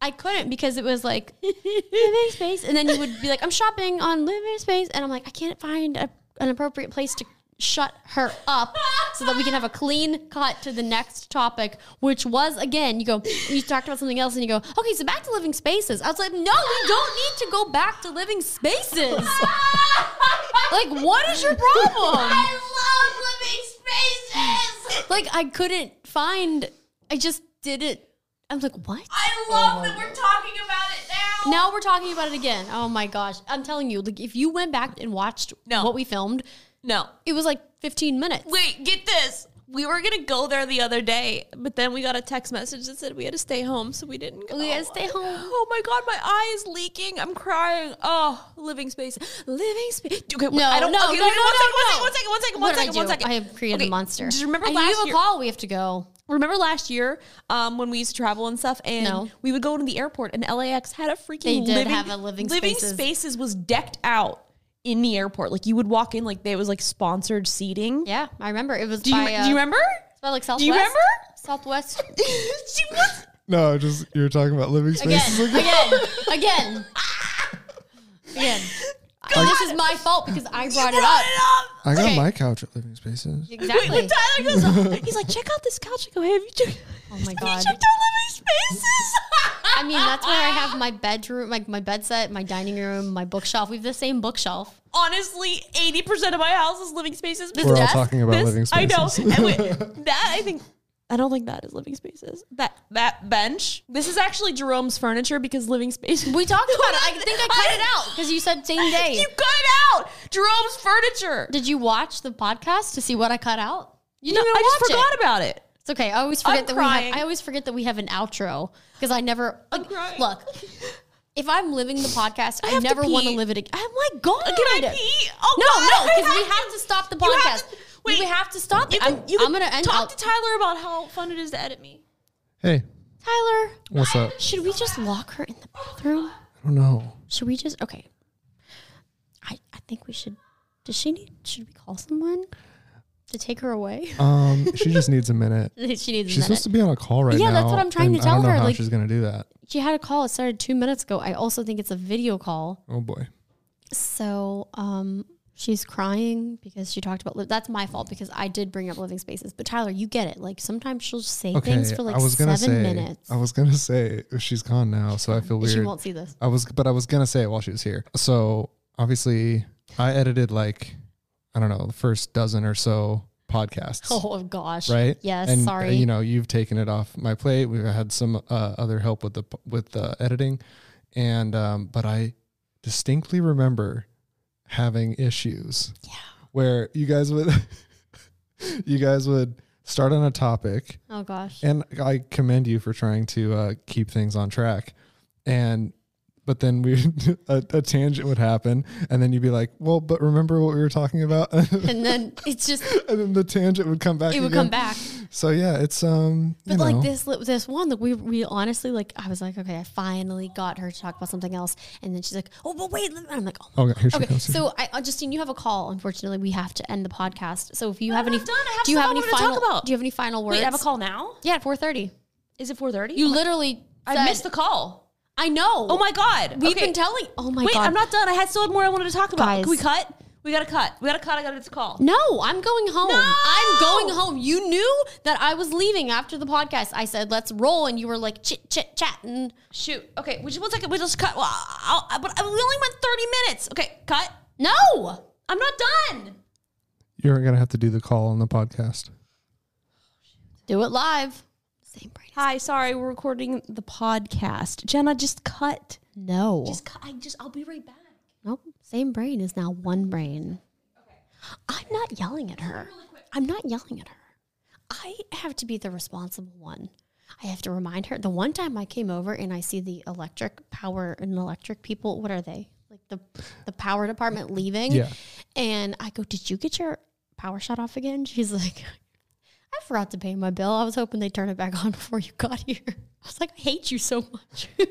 S2: I couldn't because it was like living space. And then you would be like, I'm shopping on living space. And I'm like, I can't find a, an appropriate place to shut her up so that we can have a clean cut to the next topic which was again you go you talked about something else and you go okay so back to living spaces i was like no we don't need to go back to living spaces like what is your problem
S5: I love living spaces.
S2: like i couldn't find i just didn't i was like what
S5: I love that we're talking about it now.
S2: now we're talking about it again oh my gosh i'm telling you like if you went back and watched
S1: No.
S2: what we filmed
S1: No.
S2: it was like 15 minutes
S1: Wait, get this. We were gonna go there the other day, but then we got a text message that said we had to stay home, so we didn't go.
S2: We had to stay home.
S1: Oh my god, my eye is leaking. I'm crying. Oh, living space, living space. Okay,
S2: No,
S1: I don't.
S2: no,
S1: okay,
S2: no,
S1: wait, one
S2: no, no,
S1: second,
S2: no.
S1: one second, one second,
S2: What
S1: one
S2: did I
S1: second, one
S2: do?
S1: second.
S2: I have created
S1: Okay,
S2: a monster.
S1: Just remember
S2: I you
S1: last
S2: have a
S1: year.
S2: call. We have to go.
S1: Remember last year um, when we used to travel and stuff, and
S2: No.
S1: we would go to the airport, and LAX had a freaking
S2: They did
S1: living,
S2: have a living spaces.
S1: spaces was decked out in the airport. Like you would walk in, like there was like sponsored seating.
S2: Yeah, I remember. It was
S1: Do you,
S2: by, uh,
S1: do you remember?
S2: it's by like Southwest.
S1: Do you remember? [laughs]
S2: Southwest.
S1: she
S2: [laughs]
S1: was.
S6: no, just you were talking about living spaces
S2: Again,
S6: again.
S2: [laughs] again,
S1: [laughs]
S2: again. Again. And this is my fault because I brought it up.
S6: I got
S2: Okay.
S6: my couch at living spaces.
S2: Exactly.
S1: Wait, Tyler
S2: [laughs]
S1: goes. He's like, check out this couch. I go, hey, have you checked?
S2: oh my
S1: Have
S2: god.
S1: you checked out living spaces? [laughs]
S2: I mean, that's where I have my bedroom, like my bed set, my dining room, my bookshelf. We have the same bookshelf.
S1: Honestly, eighty percent of my house is living spaces. This
S6: We're all
S1: desk,
S6: talking about
S1: this-
S6: living
S1: I know.
S6: [laughs] spaces.
S1: And wait, that I think. I don't think that is living spaces. That that bench. This is actually Jerome's furniture because living [laughs] spaces.
S2: We talked about it. I think I cut it out because you said same day.
S1: You cut it out. Jerome's furniture.
S2: Did you watch the podcast to see what I cut out? You didn't even
S1: I
S2: watch
S1: just forgot
S2: it.
S1: about it.
S2: It's okay. I always forget
S1: I'm
S2: that we
S1: crying.
S2: have. I always forget that we have an outro because I never like,
S1: crying.
S2: look. If I'm living the podcast, I,
S1: have to
S2: never want to
S1: pee.
S2: live it again.
S1: Oh my god. Can I pee? Oh
S2: No,
S1: God,
S2: no,
S1: I
S2: because we have to stop the
S1: You have
S2: podcast.
S1: to-
S2: We-
S1: wait.
S2: we have to stop
S1: You
S2: it.
S1: can,
S2: I'm,
S1: you can
S2: I'm gonna
S1: [laughs]
S2: end.
S1: talk
S2: I'll-
S1: to Tyler about how fun it is to edit me.
S6: Hey,
S2: Tyler. [laughs]
S6: what's up? Oh,
S2: Should we just lock her in the bathroom?
S6: I don't know.
S2: Should we just okay? I I think we should. Does she need? Should we call someone to take her away?
S6: Um, she just needs a minute.
S2: [laughs] she needs. a
S6: She's
S2: minute.
S6: supposed to be on a call right now.
S2: Yeah, that's what I'm trying
S6: and
S2: to tell
S6: I don't know
S2: her,
S6: How
S2: like-
S6: she's gonna do that?
S2: She had a call. It started two minutes ago. I also think it's a video call.
S6: Oh boy.
S2: So um, she's crying because she talked about. Li- that's my fault because I did bring up living spaces. But Tyler, you get it. Like sometimes she'll just say
S6: Okay.
S2: things for like
S6: I was gonna
S2: seven
S6: say.
S2: minutes.
S6: I was gonna [laughs] say she's gone now, so I feel
S2: And
S6: weird.
S2: she won't see
S6: [laughs]
S2: this.
S6: I was, but I was gonna say it while she was here. So obviously, I edited like I don't know the first dozen or so podcasts,
S2: Oh gosh.
S6: right?
S2: Yes.
S6: And, uh,
S2: sorry.
S6: you know, you've taken it off my plate. We've had some uh, other help with the with the editing, and um, but I distinctly remember having issues. Yeah. Where you guys would, [laughs] you guys would start on a topic,
S2: oh gosh.
S6: and I commend you for trying to uh, keep things on track. And but then we [laughs] a, a tangent would happen, and then you'd be like, "Well, but remember what we were talking about?" [laughs] and
S2: And then [laughs] it's just
S6: then the tangent would come back.
S2: it
S6: [laughs]
S2: would
S6: again.
S2: come back.
S6: So yeah, it's um.
S2: But
S6: you
S2: like
S6: know,
S2: this li- this one, like we we honestly like I was like, okay, I finally got her to talk about something else, and then she's like, oh, but wait, and I'm like, oh.
S6: Oh, here she
S2: Okay,
S6: comes.
S2: so I, uh, Justine, you have a call. Unfortunately, we have to end the podcast. So if you have
S1: I'm
S2: any,
S1: not done. I have
S2: do you
S1: stuff
S2: have
S1: I
S2: any
S1: wanna talk
S2: final?
S1: about.
S2: Do you have any final words?
S1: Wait, I have a call now?
S2: Yeah, at four thirty.
S1: Is it 4:30?
S2: You literally,
S1: I
S2: said-
S1: missed the call.
S2: I know.
S1: Oh my god.
S2: We've
S1: Okay.
S2: been telling. Oh my
S1: Wait,
S2: god.
S1: I'm not done. I had still had more I wanted to talk about.
S2: Guys.
S1: Can we cut? We got to cut. We got to cut. I got to call.
S2: No, I'm going home.
S1: No!
S2: I'm going home. You knew that I was leaving after the podcast. I said, let's roll. And you were like, chit, chit, chatting.
S1: Shoot. Okay, we just one second. We just cut. Well, I'll, I- but I- we only went 30 minutes. Okay, cut.
S2: No.
S1: I'm not done.
S6: You're gonna have to do the call on the podcast.
S2: Do it live. Same brain.
S1: Hi, sorry. We're recording the podcast. Jenna, just cut.
S2: No.
S1: Just cut. I just I'll be right back.
S2: nope. Same brain is now one brain. I'm not yelling at her. I'm not yelling at her. I have to be the responsible one. I have to remind her. The one time I came over and I see the electric power and electric people, what are they? Like the the power department leaving.
S6: Yeah.
S2: And I go, Did you get your power shut off again? [laughs] She's like, I forgot to pay my bill. I was hoping they'd turn it back on [laughs] before you got here. I was like, I hate you so much. [laughs] this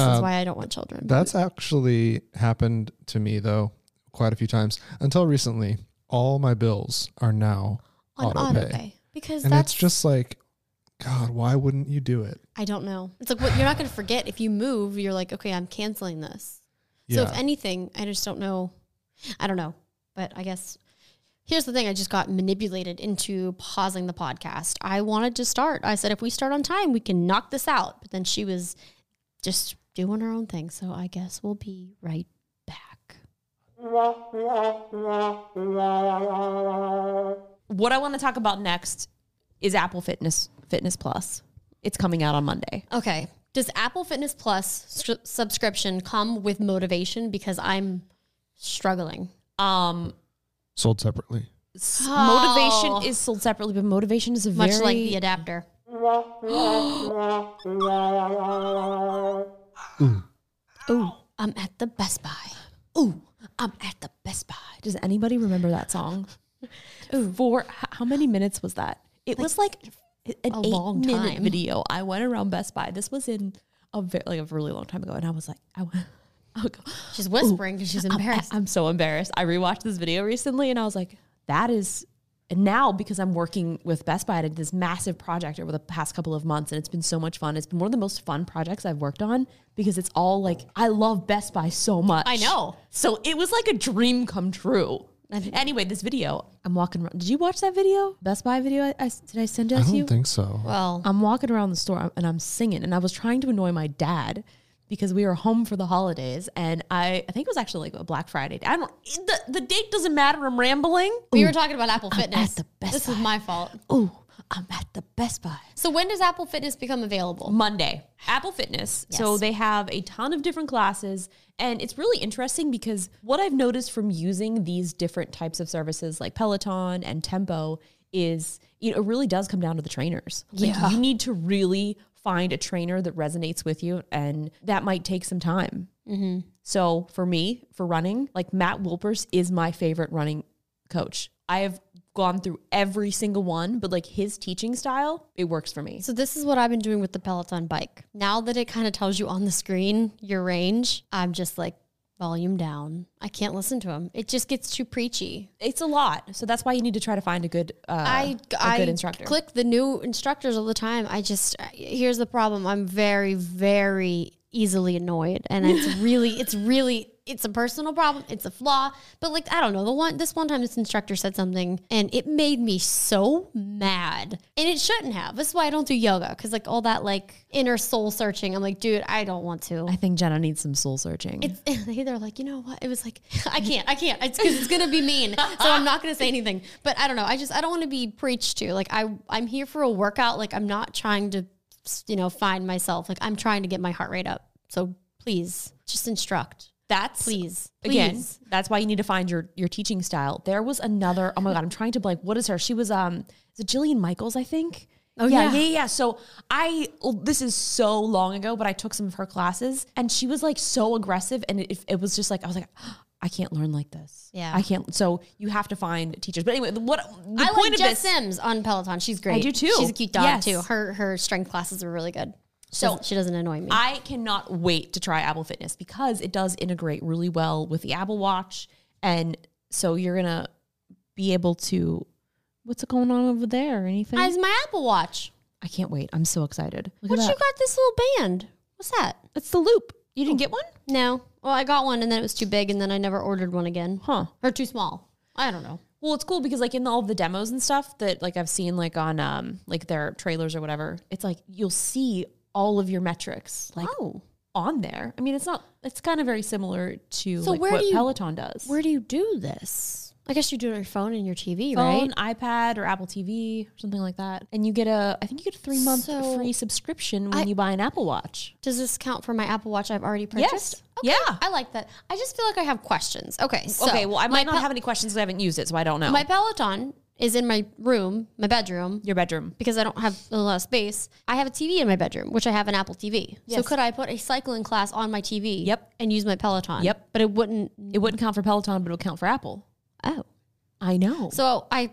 S2: is why I don't want children.
S6: That's actually happened to me though quite a few times until recently. All my bills are now
S2: on
S6: auto
S2: auto
S6: pay,
S2: pay. Because
S6: and
S2: that's
S6: it's just like, God, why wouldn't you do it?
S2: I don't know. It's like what you're not going to forget if you move. You're like, okay, I'm canceling this. So if anything, I just don't know. I don't know, but I guess here's the thing: I just got manipulated into pausing the podcast. I wanted to start. I said, if we start on time, we can knock this out. But then she was just doing her own thing. So I guess we'll be right back.
S1: What I want to talk about next is Apple Fitness Fitness Plus. It's coming out on Monday.
S2: Okay. Does Apple Fitness Plus sc- subscription come with motivation? Because I'm struggling.
S1: Um
S6: sold separately.
S1: s-
S2: Oh.
S1: motivation is sold separately, but motivation is a
S2: much
S1: very
S2: like the adapter. Ooh, I'm at the Best Buy. Ooh, I'm at the Best Buy.
S1: Does anybody remember that song? For h- how many minutes was that? It was like an
S2: a
S1: eight
S2: long
S1: minute
S2: time.
S1: video. I went around Best Buy. This was in a ve- like a really long time ago, and I was like, I [laughs] went. I would go,
S2: She's whispering because she's embarrassed.
S1: I, am so embarrassed. I rewatched this video recently, and I was like, that is. And now, because I'm working with Best Buy, I did this massive project over the past couple of months, and it's been so much fun. It's been one of the most fun projects I've worked on because it's all like I love Best Buy so much.
S2: I know.
S1: So it was like a dream come true. Anyway, this video, I'm walking around. Did you watch that video? Best Buy video? I, I- did I send it
S6: I
S1: to
S6: don't
S1: you?
S6: think so.
S2: well,
S1: I'm walking around the store and I'm singing, and I was trying to annoy my dad because we were home for the holidays, and I, I think it was actually like a Black Friday. I don't the the date doesn't matter. I'm rambling.
S2: we were talking about Apple
S1: I'm at
S2: Fitness.
S1: the Best
S2: this is
S1: Buy.
S2: my fault.
S1: Ooh, I'm at the Best Buy.
S2: So when does Apple Fitness become available?
S1: Monday, Apple Fitness. So
S2: Yes.
S1: they have a ton of different classes. And it's really interesting because what I've noticed from using these different types of services like Peloton and Tempo is you know, it really does come down to the trainers. Like
S2: Yeah.
S1: you need to really find a trainer that resonates with you, and that might take some time.
S2: Mm-hmm.
S1: So for me, for running, like Matt Wilpers is my favorite running coach. I have gone through every single one, but like his teaching style, it works for me.
S2: So this is what I've been doing with the Peloton bike. Now that it kind of tells you on the screen your range, I'm just like volume down. I can't listen to them. It just gets too preachy.
S1: it's a lot. So that's why you need to try to find a good uh,
S2: I
S1: a
S2: I
S1: good instructor.
S2: click the new instructors all the time. I just uh, here's the problem. I'm very very easily annoyed, and it's
S1: [laughs]
S2: really it's really it's a personal problem. It's a flaw. But like I don't know the one this one time this instructor said something, and it made me so mad, and it shouldn't have. This is why I don't do yoga because like all that like inner soul searching. I'm like, dude, I don't want to.
S1: I think Jenna needs some soul searching.
S2: It's, they're like, you know what? It was like, [laughs] I can't, I can't. It's because it's gonna be mean, so I'm not gonna say anything. But I don't know. I just I don't want to be preached to. Like I I'm here for a workout. Like I'm not trying to, you know, find myself. Like I'm trying to get my heart rate up. So please, just instruct.
S1: that's
S2: Please, please.
S1: again. That's why you need to find your your teaching style. There was another. Oh my god, I'm trying to blank. What is her? She was um, is it Jillian Michaels? I think. Oh yeah,
S2: yeah.
S1: yeah, yeah. So I well, this is so long ago, but I took some of her classes, and she was like so aggressive, and it, it was just like I was like. [gasps] I can't learn like this.
S2: Yeah.
S1: I can't. So you have to find teachers. But anyway, the- what the
S2: I
S1: point
S2: like
S1: of
S2: Jess
S1: this?
S2: Sims on Peloton. She's great.
S1: I do too.
S2: She's a cute dog
S1: Yes.
S2: too. Her her strength classes are really good.
S1: So-
S2: So she doesn't annoy me.
S1: I cannot wait to try Apple Fitness because it does integrate really well with the Apple Watch. And so you're going to be able to. What's going on over there? Anything? I,
S2: Eyes my Apple Watch.
S1: can't wait. I'm so excited. Look
S2: What
S1: at
S2: you
S1: that.
S2: got this little band? What's that?
S1: It's the loop. You didn't
S2: Oh.
S1: get one?
S2: No. Well, I got one and then it was too big and then I never ordered one again.
S1: Huh.
S2: Or too small. I don't know.
S1: Well, it's cool because like in all of the demos and stuff that like I've seen like on um like their trailers or whatever, it's like you'll see all of your metrics like
S2: Oh.
S1: on there. I mean, it's not. It's kind of very similar to
S2: So
S1: like
S2: where
S1: what
S2: do you-
S1: Peloton does.
S2: Where do you do this? I guess you do it on your phone and your TV,
S1: phone,
S2: right?
S1: iPad, or Apple TV, or something like that. And you get a, I think you get a three month
S2: So-
S1: free subscription when
S2: I-
S1: you buy an Apple Watch.
S2: Does this count for my Apple Watch I've already purchased?
S1: Yeah.
S2: I like that. I just feel like I have questions. Okay. So
S1: okay. Well, I might
S2: my
S1: not
S2: Pel-
S1: have any questions because I haven't used it, so I don't know.
S2: my Peloton is in my room, my bedroom,
S1: Your bedroom.
S2: because I don't have a lot of space. I have a TV in my bedroom, which I have an Apple TV. So could I put a cycling class on my TV?
S1: Yep.
S2: And use my Peloton?
S1: Yep.
S2: But it wouldn't.
S1: It wouldn't count for Peloton, but it would count for Apple.
S2: Oh.
S1: I know.
S2: So I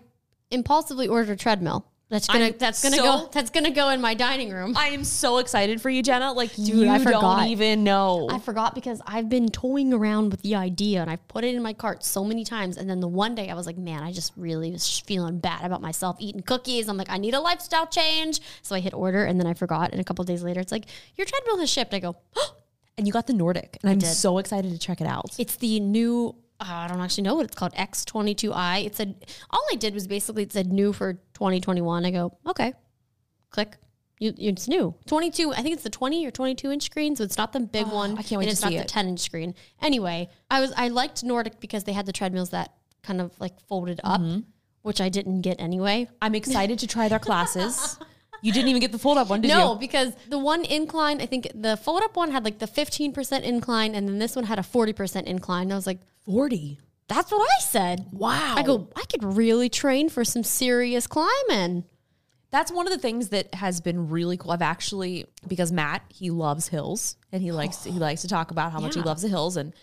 S2: impulsively ordered a treadmill. That's gonna
S1: I'm
S2: that's gonna
S1: so-
S2: go that's gonna go in my dining room.
S1: I am so excited for you, Jenna. Like
S2: Dude,
S1: you
S2: I
S1: don't
S2: forgot.
S1: even know.
S2: I forgot because I've been toying around with the idea and I've put it in my cart so many times. And then the one day I was like, man, I just really was feeling bad about myself eating cookies. I'm like, I need a lifestyle change. So I hit order and then I forgot. And a couple days later, it's like, your treadmill has shipped. I go, [gasps] oh,
S1: and you got the Nordic, and I'm
S2: did.
S1: so excited to check it out.
S2: it's the new, uh, I don't actually know what it's called, X22i. It said, all I did was basically it said new for 2021. I go, okay, click. You, it's new. 22, I think it's the 20 or 22 inch screen, so it's not the big one.
S1: Ah, I can't wait
S2: and
S1: to
S2: it's
S1: see
S2: not
S1: it.
S2: the 10 inch screen. Anyway, I was I liked Nordic because they had the treadmills that kind of like folded up,
S1: Mm-hmm.
S2: which I didn't get anyway.
S1: I'm excited to try their [laughs] classes. You didn't even get the fold up one, did you?
S2: No, because the one incline, I think the fold up one had like the 15% incline and then this one had a 40% incline. I was like,
S1: Forty.
S2: that's what I said.
S1: Wow.
S2: I go, I could really train for some serious climbing.
S1: That's one of the things that has been really cool. I've actually because Matt he loves hills and he [gasps] likes he likes to talk about how much he
S2: Yeah.
S1: loves the hills and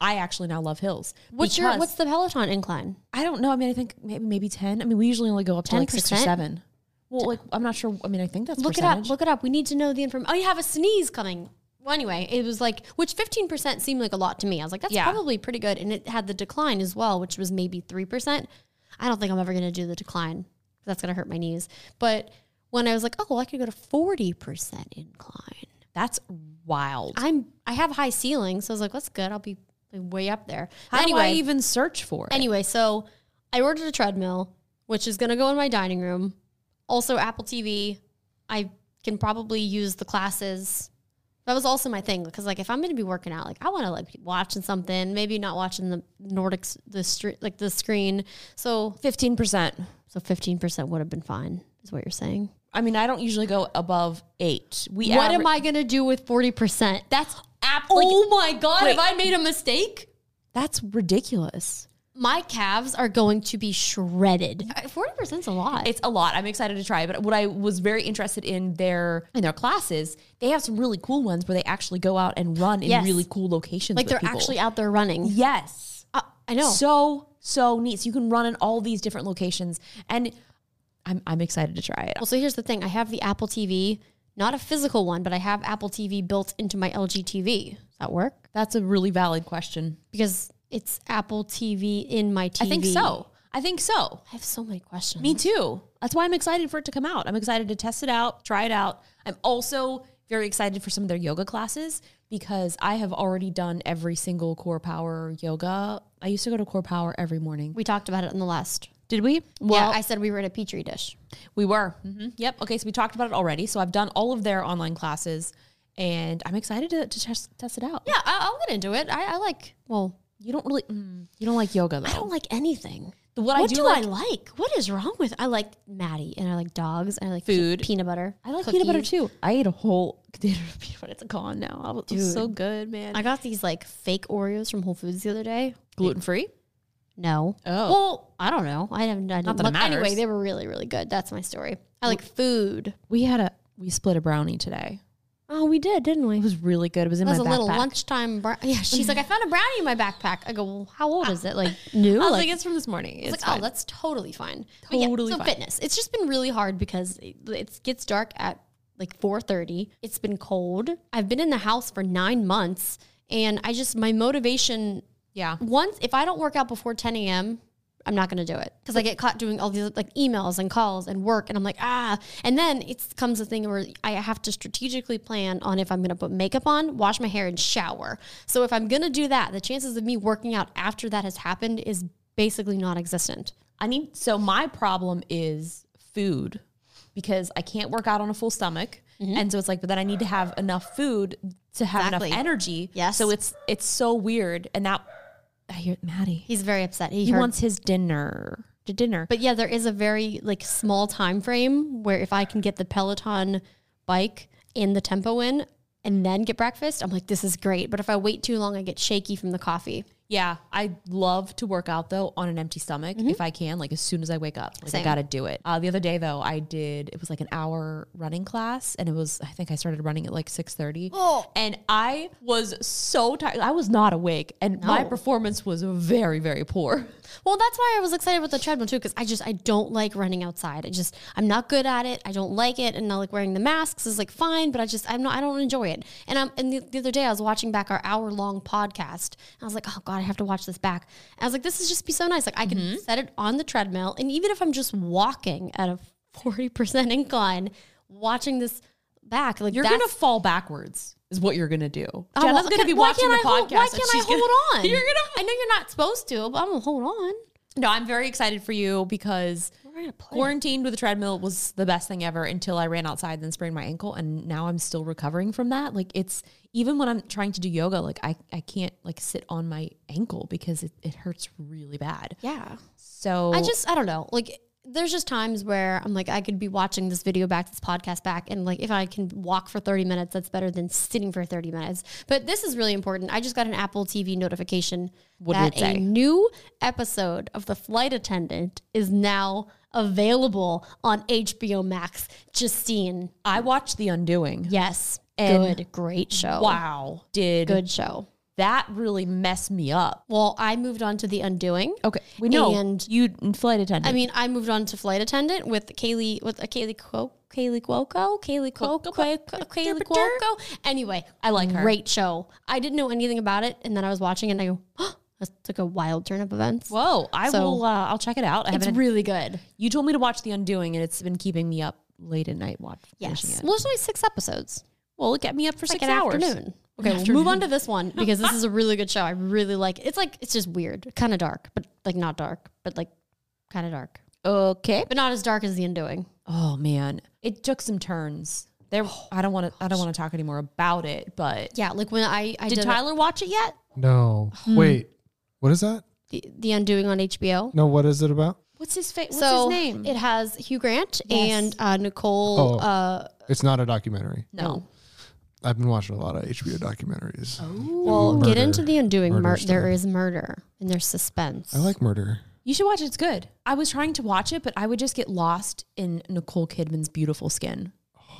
S1: I actually now love hills.
S2: What's your
S1: because-
S2: what's the Peloton incline?
S1: I don't know. I mean, I think maybe maybe ten. I mean, we usually only go up to like six or
S2: 10%?
S1: seven. Well, like I'm not sure. I mean, I think that's
S2: Look it
S1: percentage.
S2: up. Look it up. We need to know the information. Oh, you have a sneeze coming. Well, anyway, it was like, which 15% seemed like a lot to me. I was like, that's
S1: Yeah.
S2: probably pretty good. And it had the decline as well, which was maybe 3%. I don't think I'm ever going to do the decline. That's going to hurt my knees. But when I was like, oh, well, I could go to 40% incline.
S1: That's wild.
S2: I'm, I have high ceilings. So I was like, that's good. I'll be like, way up there.
S1: How
S2: anyway,
S1: do I even search for it?
S2: Anyway, so I ordered a treadmill, which is going to go in my dining room. Also, Apple TV. I can probably use the classes. That was also my thing because, like, if I'm going to be working out, like, I want to like be watching something. Maybe not watching the Nordics, the street, like the screen. So,
S1: Fifteen percent.
S2: so fifteen percent would have been fine. is what you're saying.
S1: I mean, I don't usually go above eight. We
S2: what
S1: aver-
S2: am I gonna do with forty percent? That's
S1: App- like-
S2: oh my god!
S1: Wait.
S2: Have I made a mistake?
S1: That's ridiculous.
S2: My calves are going to be shredded. Uh, Forty percent's a lot.
S1: It's a lot. I'm excited to try, it, but what I was very interested in their in their classes, they have some really cool ones where they actually go out and run in
S2: Yes.
S1: really cool locations.
S2: like
S1: with
S2: they're
S1: people.
S2: actually out there running.
S1: yes.
S2: Uh, I know.
S1: So so neat. So you can run in all these different locations, and I'm I'm excited to try it.
S2: Well, so here's the thing. I have the Apple TV, not a physical one, but I have Apple TV built into my LG TV. Does that work?
S1: That's a really valid question.
S2: Because it's Apple TV in my TV.
S1: I think so. I think so.
S2: I have so many questions.
S1: Me too. That's why I'm excited for it to come out. I'm excited to test it out, try it out. I'm also very excited for some of their yoga classes because I have already done every single core power yoga. I used to go to core power every morning.
S2: We talked about it in the last.
S1: Did we?
S2: Well,
S1: Well,
S2: yeah, I said we were in a petri dish.
S1: we were. hmm Yep. Okay. So we talked about it already. So I've done all of their online classes and I'm excited to, to test, test it out.
S2: Yeah, I, will get into it. I, I like. Well,
S1: You don't really, mm, you don't like yoga though.
S2: I don't like anything.
S1: What I
S2: what
S1: do
S2: do,
S1: like-
S2: I like? What is wrong with? I like Maddie, and I like dogs, and I like pe-
S1: Food.
S2: peanut butter.
S1: I like peanut butter
S2: cookies.
S1: too. I ate a whole [laughs] container of peanut butter. It's gone now. I was, it was so
S2: Dude.
S1: good, man.
S2: I got these like fake Oreos from Whole Foods the other day.
S1: Gluten free?
S2: No.
S1: Oh.
S2: Well, I don't know. I haven't. I didn't
S1: Not that it
S2: look. Anyway,
S1: matters.
S2: they were really, really good. That's my story. I like food.
S1: We had a we split a brownie today.
S2: Oh, we did, didn't we?
S1: It
S2: That
S1: was really good. It was in
S2: was a
S1: my backpack.
S2: little lunchtime. Br- yeah, she's like, I found a brownie in my backpack. I go, well, how old is
S1: [laughs]
S2: it? Like new?
S1: I was like,
S2: like,
S1: it's from this morning.
S2: it's
S1: It's
S2: like,
S1: fine.
S2: oh, that's totally fine. But yeah,
S1: Totally
S2: so
S1: fine.
S2: fitness. It's just been really hard because it, it gets dark at like 4:30. It's been cold. I've been in the house for 9 months and I just my motivation
S1: oh, yeah.
S2: once if I don't work out before 10 a.m., I'm not going to do it because I get caught doing all these like emails and calls and work, and I'm like ah. And then it comes a thing where I have to strategically plan on if I'm going to put makeup on, wash my hair, and shower. So if I'm going to do that, the chances of me working out after that has happened is basically non-existent.
S1: I need so my problem is food because I can't work out on a full stomach. And so it's like, but then I need to have enough food to have
S2: Exactly.
S1: enough energy.
S2: Yes.
S1: So it's it's so weird. And that I hear Maddie. He,
S2: He's very upset. He, heard,
S1: wants his dinner. To dinner.
S2: but yeah, there is a very like small time frame where if I can get the Peloton bike and the tempo in. And then get breakfast. I'm like, this is great. But if I wait too long, I get shaky from the coffee.
S1: Yeah, I love to work out though on an empty stomach if I can, like as soon as I wake up. Like
S2: Mm-hmm. Same.
S1: I gotta do it. Uh, the other day though, I did it was like an hour running class, and it was I think I started running at like six
S2: [gasps]
S1: thirty,
S2: Oh.
S1: and I was so tired. I was not awake, and my
S2: No.
S1: performance was very very poor. [laughs]
S2: Well, that's why I was excited with the treadmill too, because I just I don't like running outside. I just I'm not good at it. I don't like it, and I like wearing the masks is like fine, but I just I'm not I don't enjoy it. And I'm and the, the other day I was watching back our hour long podcast, and I was like, oh god, I have to watch this back. And I was like, this is just be so nice. Like I can
S1: Mm-hmm.
S2: set it on the treadmill, and even if I'm just walking at a forty percent incline, watching this back, like
S1: You're
S2: that's,
S1: gonna fall backwards, is what you're gonna do.
S2: Oh,
S1: Jenna's
S2: well,
S1: gonna
S2: okay,
S1: be
S2: why
S1: watching the
S2: can't I
S1: podcast.
S2: Hold, why
S1: and
S2: can't I
S1: she's gonna-
S2: hold
S1: [laughs]
S2: on?
S1: You're gonna.
S2: I know you're not supposed to, but I'm gonna hold on.
S1: No, I'm very excited for you because
S2: We're gonna play.
S1: quarantined with a treadmill was the best thing ever until I ran outside and then sprained my ankle and now I'm still recovering from that. Like it's even when I'm trying to do yoga, like I, I can't like sit on my ankle because it, it hurts really bad.
S2: Yeah.
S1: So
S2: I just I don't know. Like there's just times where I'm like I could be watching this video back, this podcast back, and like if I can walk for 30 minutes, that's better than sitting for 30 minutes. But this is really important. I just got an Apple TV notification
S1: What did
S2: that
S1: it say?
S2: a new episode of The Flight Attendant is now available on HBO Max. Justine,
S1: I watched The Undoing.
S2: yes,
S1: And-
S2: good, great show.
S1: Wow. Did
S2: good show.
S1: that really mess me up?
S2: Well, I moved on to The Undoing.
S1: Okay. We know
S2: And-
S1: you flight attendant.
S2: I mean, I moved on to flight attendant with Kaylee with uh, Kaylee Cuoco, Kaylee Cuoco, Kaylee Cuoco, Kaylee Cuoco. Anyway, I like
S1: her.
S2: Great show. I didn't know anything about it, and then I was watching it, and I go, [gasps] oh, "That's like a wild turn of events."
S1: Whoa, I
S2: So-
S1: will uh, I'll check it out. I
S2: it's
S1: haven't
S2: really good.
S1: you told me to watch The Undoing and it's been keeping me up late at night watching
S2: Yes.
S1: it.
S2: Well, there's only six episodes.
S1: Well, it kept me up for
S2: It's like
S1: six
S2: an
S1: hours.
S2: afternoon. Okay, we'll move on to this [laughs] one because this is a really good show. I really like. It's like it's just weird, kind of dark, but like not dark, but like kind of dark,
S1: Okay.
S2: but not as dark as The Undoing.
S1: Oh man, it took some turns. There, I don't want to. I don't want to talk anymore about it. But
S2: Yeah, like when I I
S1: did
S2: did,
S1: Tyler watch it yet?
S2: Hmm.
S6: No. Wait. What is that?
S2: the, the Undoing on HBO.
S6: No, what is it about?
S1: What's his face? What's his
S2: so
S1: name?
S2: it has Hugh Grant
S1: Yes.
S2: and uh, Nicole.
S6: Oh.
S2: Uh,
S6: It's not a documentary.
S1: no.
S6: I've been watching a lot of HBO documentaries.
S2: well, get
S6: Oh, Murder-
S2: into the undoing.
S6: murder
S2: Mur-
S6: stuff.
S2: there is murder and there's suspense.
S6: I like murder.
S1: You should watch it. It's good. I was trying to watch it, but I would just get lost in Nicole Kidman's beautiful skin.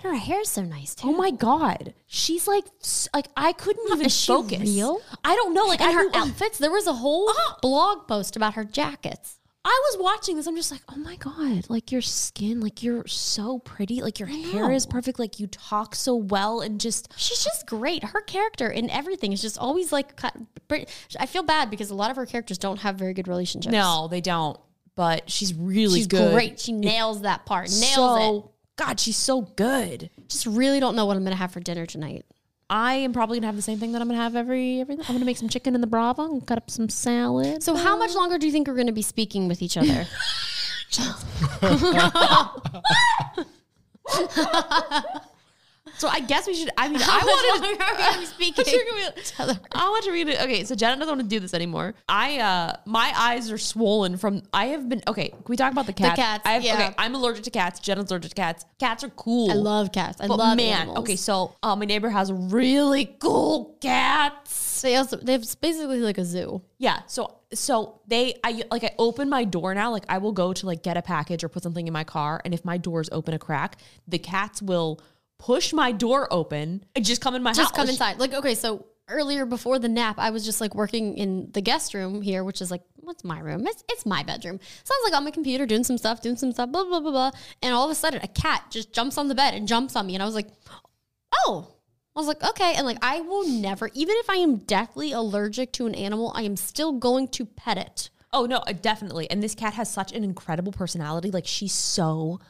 S2: her hair's so nice too.
S1: Oh my god, she's like, s- like I couldn't even
S2: Is she
S1: focus.
S2: real?
S1: I don't know. Like I,
S2: and her
S1: knew- Uh-huh.
S2: outfits. There was a whole blog post about her jackets.
S1: I was watching this. I'm just like, oh my god, like your skin, like you're so pretty, like your hair is perfect, like you talk so well, and just
S2: She's just great. Her character in everything is just always like. cut- pretty- I feel bad because a lot of her characters don't have very good relationships.
S1: no, they don't. But she's really
S2: she's
S1: good.
S2: great. She nails that part. Nails
S1: so, God, she's so good.
S2: it. Just really don't know what I'm gonna have for dinner tonight.
S1: I am probably gonna have the same thing that I'm gonna have every every. I'm gonna make some chicken in the brava and cut up some salad.
S2: So, how
S1: Um,
S2: much longer do you think we're going to be speaking with
S1: [laughs]
S2: each other?
S1: So I guess we should. I
S2: [laughs]
S1: mean,
S2: How
S1: I
S2: much
S1: wanted.
S2: longer are we
S1: [laughs]
S2: gonna be speaking
S1: I
S2: [laughs]
S1: want to
S2: other?
S1: I want to read it. Okay, so Jenna doesn't want to do this anymore. I uh, my eyes are swollen from. I have been okay. Can we talk about the cats?
S2: cats,
S1: I have,
S2: yeah.
S1: Okay, I'm allergic to cats. Jenna's allergic to cats. Cats are cool.
S2: I love cats. I
S1: But
S2: love
S1: man,
S2: animals.
S1: okay, so uh, my neighbor has really cool cats.
S2: So they also they have it's basically like a zoo.
S1: Yeah, so so they I like I open my door now. Like I will go to like get a package or put something in my car, and if my doors open a crack, the cats will push my door open and just come in my house.
S2: Just come inside. Like okay, so earlier before the nap, I was just like working in the guest room here, which is like what's my room? It's it's my bedroom. So I was like on my computer doing some stuff, doing some stuff, blah blah blah blah, and all of a sudden a cat just jumps on the bed and jumps on me, and I was like, oh. I was like, okay. And like, I will never, even if I am deathly allergic to an animal, I am still going to pet it.
S1: Oh no, uh, definitely. And this cat has such an incredible personality. Like she's so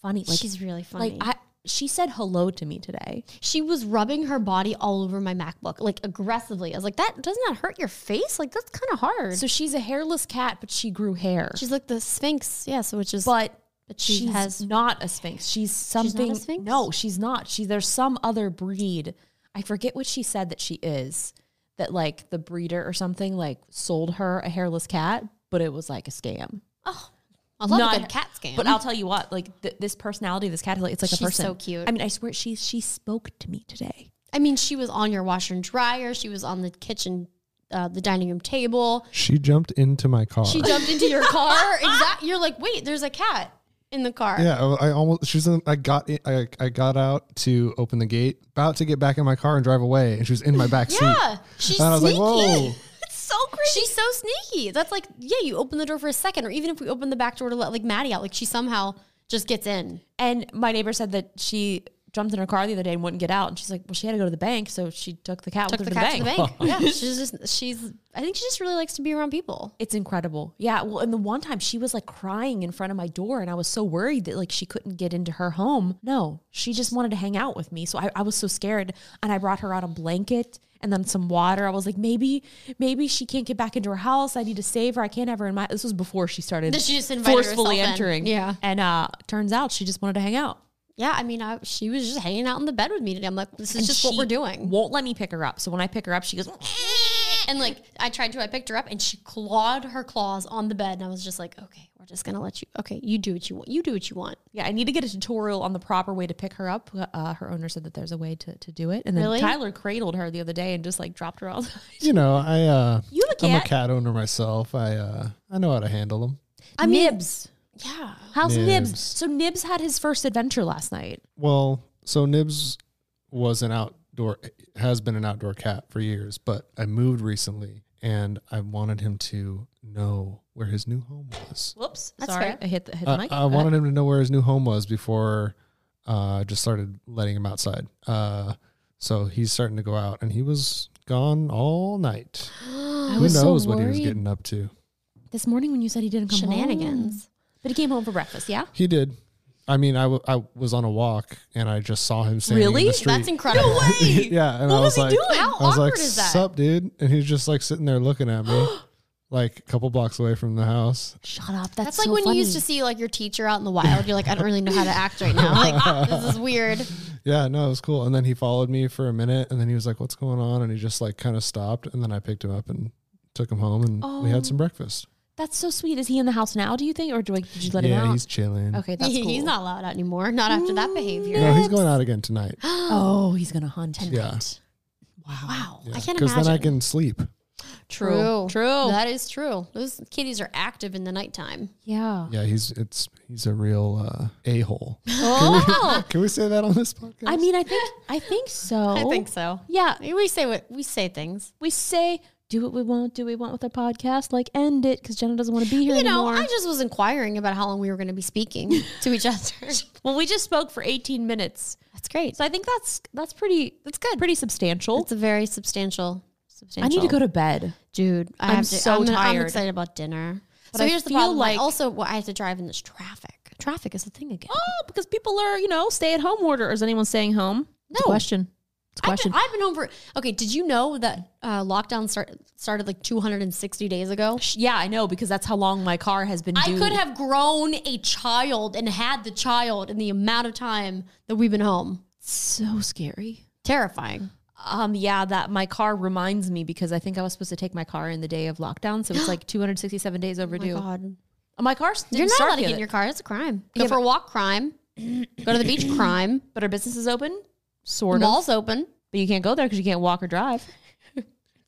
S1: funny. Like
S2: She's really
S1: like
S2: funny.
S1: I she said hello to me today.
S2: she was rubbing her body all over my MacBook, like aggressively. I was like, that doesn't that hurt your face? Like that's kind of hard.
S1: So she's a hairless cat, but she grew hair.
S2: she's like the Sphinx, yes, which is
S1: but
S2: but
S1: she
S2: she
S1: has
S2: has-
S1: not a sphinx. She's
S2: not a
S1: something.
S2: sphinx?
S1: No, she's not. She there's some other breed. I forget what she said that she is. That like the breeder or something like sold her a hairless cat, but it was like a scam.
S2: I love
S1: not-
S2: a good cat scan.
S1: But I'll tell you what, like th- this personality, of this cat, like, it's like
S2: She's
S1: a person.
S2: so cute.
S1: I mean, I swear she she spoke to me today.
S2: I mean, she was on your washer and dryer. She was on the kitchen, uh, the dining room table.
S6: She jumped into my car.
S2: She jumped into your [laughs] car. Exactly. You're like, wait, there's a cat in the car.
S6: yeah, I, I almost. She's. In, I got. In, I I got out to open the gate, about to get back in my car and drive away, and she was in my back seat.
S2: [laughs] Yeah, she's
S6: And I was like,
S2: sneaky.
S6: whoa.
S2: [laughs] it's so crazy. She's so sneaky. That's like, yeah, you open the door for a second, or even if we open the back door to let like Maddie out, like she somehow just gets in.
S1: And my neighbor said that she jumped in her car the other day and wouldn't get out. And she's like, well, she had to go to the bank. So she took the cat
S2: Took
S1: with
S2: the,
S1: her
S2: cat
S1: to
S2: to the [laughs] bank. yeah, she's just she's. I think she just really likes to be around people.
S1: It's incredible. Yeah. Well, and the one time she was like crying in front of my door and I was so worried that like she couldn't get into her home. No, she just wanted to hang out with me. So I, I was so scared and I brought her out a blanket and then some water. I was like, maybe, maybe she can't get back into her house. I need to save her. I can't have her in my, this was before she started
S2: Then she just invited
S1: forcefully
S2: herself in.
S1: entering.
S2: Yeah.
S1: And uh, turns out she just wanted to hang out.
S2: Yeah, I mean, I, she was just hanging out in the bed with me today. I'm like, this is
S1: And
S2: just what
S1: she
S2: we're doing.
S1: Won't let me pick her up. So when I pick her up, she goes,
S2: And like, I tried to, I picked her up, and she clawed her claws on the bed, and I was just like, okay, we're just gonna let you. Okay, you do what you want. You do what you want.
S1: Yeah, I need to get a tutorial on the proper way to pick her up. Uh, her owner said that there's a way to, to do it. And then
S2: Really?
S1: Tyler cradled her the other day and just like dropped her [laughs] all.
S6: You know, I. uh
S1: You have a
S6: I'm a
S1: cat?
S6: cat owner myself. I. uh I know how to handle them.
S2: I mean,
S1: Nibs.
S2: yeah,
S1: How's Nibs?
S6: Nibs.
S1: So Nibs had his first adventure last night.
S6: Well, so Nibs was an outdoor, has been an outdoor cat for years, but I moved recently and I wanted him to know where his new home was.
S1: Whoops.
S2: That's
S1: Sorry.
S2: fair.
S1: I hit the, hit the
S6: I,
S1: mic.
S6: Uh, I wanted him to know where his new home was before uh, I just started letting him outside. Uh, so he's starting to go out and he was gone all night.
S1: I
S6: Who
S1: was so
S6: knows what he was
S1: worried.
S6: getting up to?
S1: This morning when you said he didn't come home.
S2: shenanigans.
S1: But he came home for breakfast, yeah?
S6: He did. I mean, I, w- I was on a walk and I just saw him standing
S1: Really?
S6: in the street.
S2: That's incredible.
S6: [laughs] yeah, and I was, like,
S2: How
S6: I was
S2: awkward
S6: like,
S2: is that?
S6: "Sup, dude?" And he's just like sitting there looking at
S1: [gasps]
S6: me, like a couple blocks away from the house.
S1: Shut up. That's,
S2: That's like when you used to see like your teacher out in the wild. You're like, I don't really know how to act right now. Like this
S1: [laughs]
S2: is weird.
S6: Yeah, no, it was cool. And then he followed me for a minute, and then he was like,
S1: Oh.
S6: "What's going on?" And he just like kind of stopped, and then I picked him up and took him home, and we had some breakfast.
S1: That's so sweet. Is he in the house now? Do you think, or do I, did you let him
S6: yeah,
S1: out?
S6: he's chilling.
S1: okay, [laughs] that's cool.
S2: [laughs]
S1: [gasps]
S2: He's not allowed out anymore. Not after that behavior.
S6: No, he's going out
S1: [gasps]
S6: again tonight.
S1: Oh, he's gonna hunt tonight.
S6: Yeah.
S1: Wow.
S2: Wow. I can't
S6: Because
S2: imagine.
S6: then I can sleep.
S1: True. True.
S2: That is true. Those kitties are active in the nighttime.
S1: yeah.
S6: Yeah, he's it's he's a real uh,
S1: [laughs]
S6: a hole.
S1: Oh.
S6: Can we [laughs] say that on this podcast?
S1: I mean, I think [laughs] I think so.
S2: so.
S1: Yeah.
S2: We say what we say things.
S1: We say do what we want, do what we want with our podcast, like end it because Jenna doesn't want to be here
S2: You know,
S1: anymore.
S2: I just was inquiring about how long we were going to
S1: [laughs]
S2: be speaking to each other.
S1: well, we just spoke for 18 minutes,
S2: That's great.
S1: so I think that's that's pretty that's good, pretty substantial.
S2: It's a very substantial.
S1: I
S2: Substantial.
S1: need to go to bed.
S2: dude. I
S1: I'm
S2: have to,
S1: so
S2: I'm, I'm
S1: tired.
S2: excited about dinner.
S1: But
S2: so
S1: I
S2: here's the
S1: feel
S2: problem. Like,
S1: like-
S2: also, well, I have to drive in this traffic. Traffic is a thing again.
S1: Oh, because people are you know stay at home order. Is anyone staying home? It's a
S2: No.
S1: question. It's a
S2: I've been,
S1: question.
S2: I've been home for. Okay, did you know that uh, lockdown start, started like 260 days ago?
S1: yeah, I know because that's how long my car has been.
S2: I
S1: due.
S2: could have grown a child and had the child in the amount of time that we've been home.
S1: so scary.
S2: Terrifying.
S1: Um, yeah, that my car reminds me because I think I was supposed to take my car in the day of lockdown, [gasps] so it's like 267 days overdue. Oh my,
S2: God.
S1: car didn't
S2: You're not
S1: start
S2: allowed to get
S1: yet,
S2: in your car. That's a crime. Go for a walk, crime. go to the [clears throat] beach, crime.
S1: but our business is open, sort of.
S2: Malls open.
S1: But you can't go there because you can't walk or drive.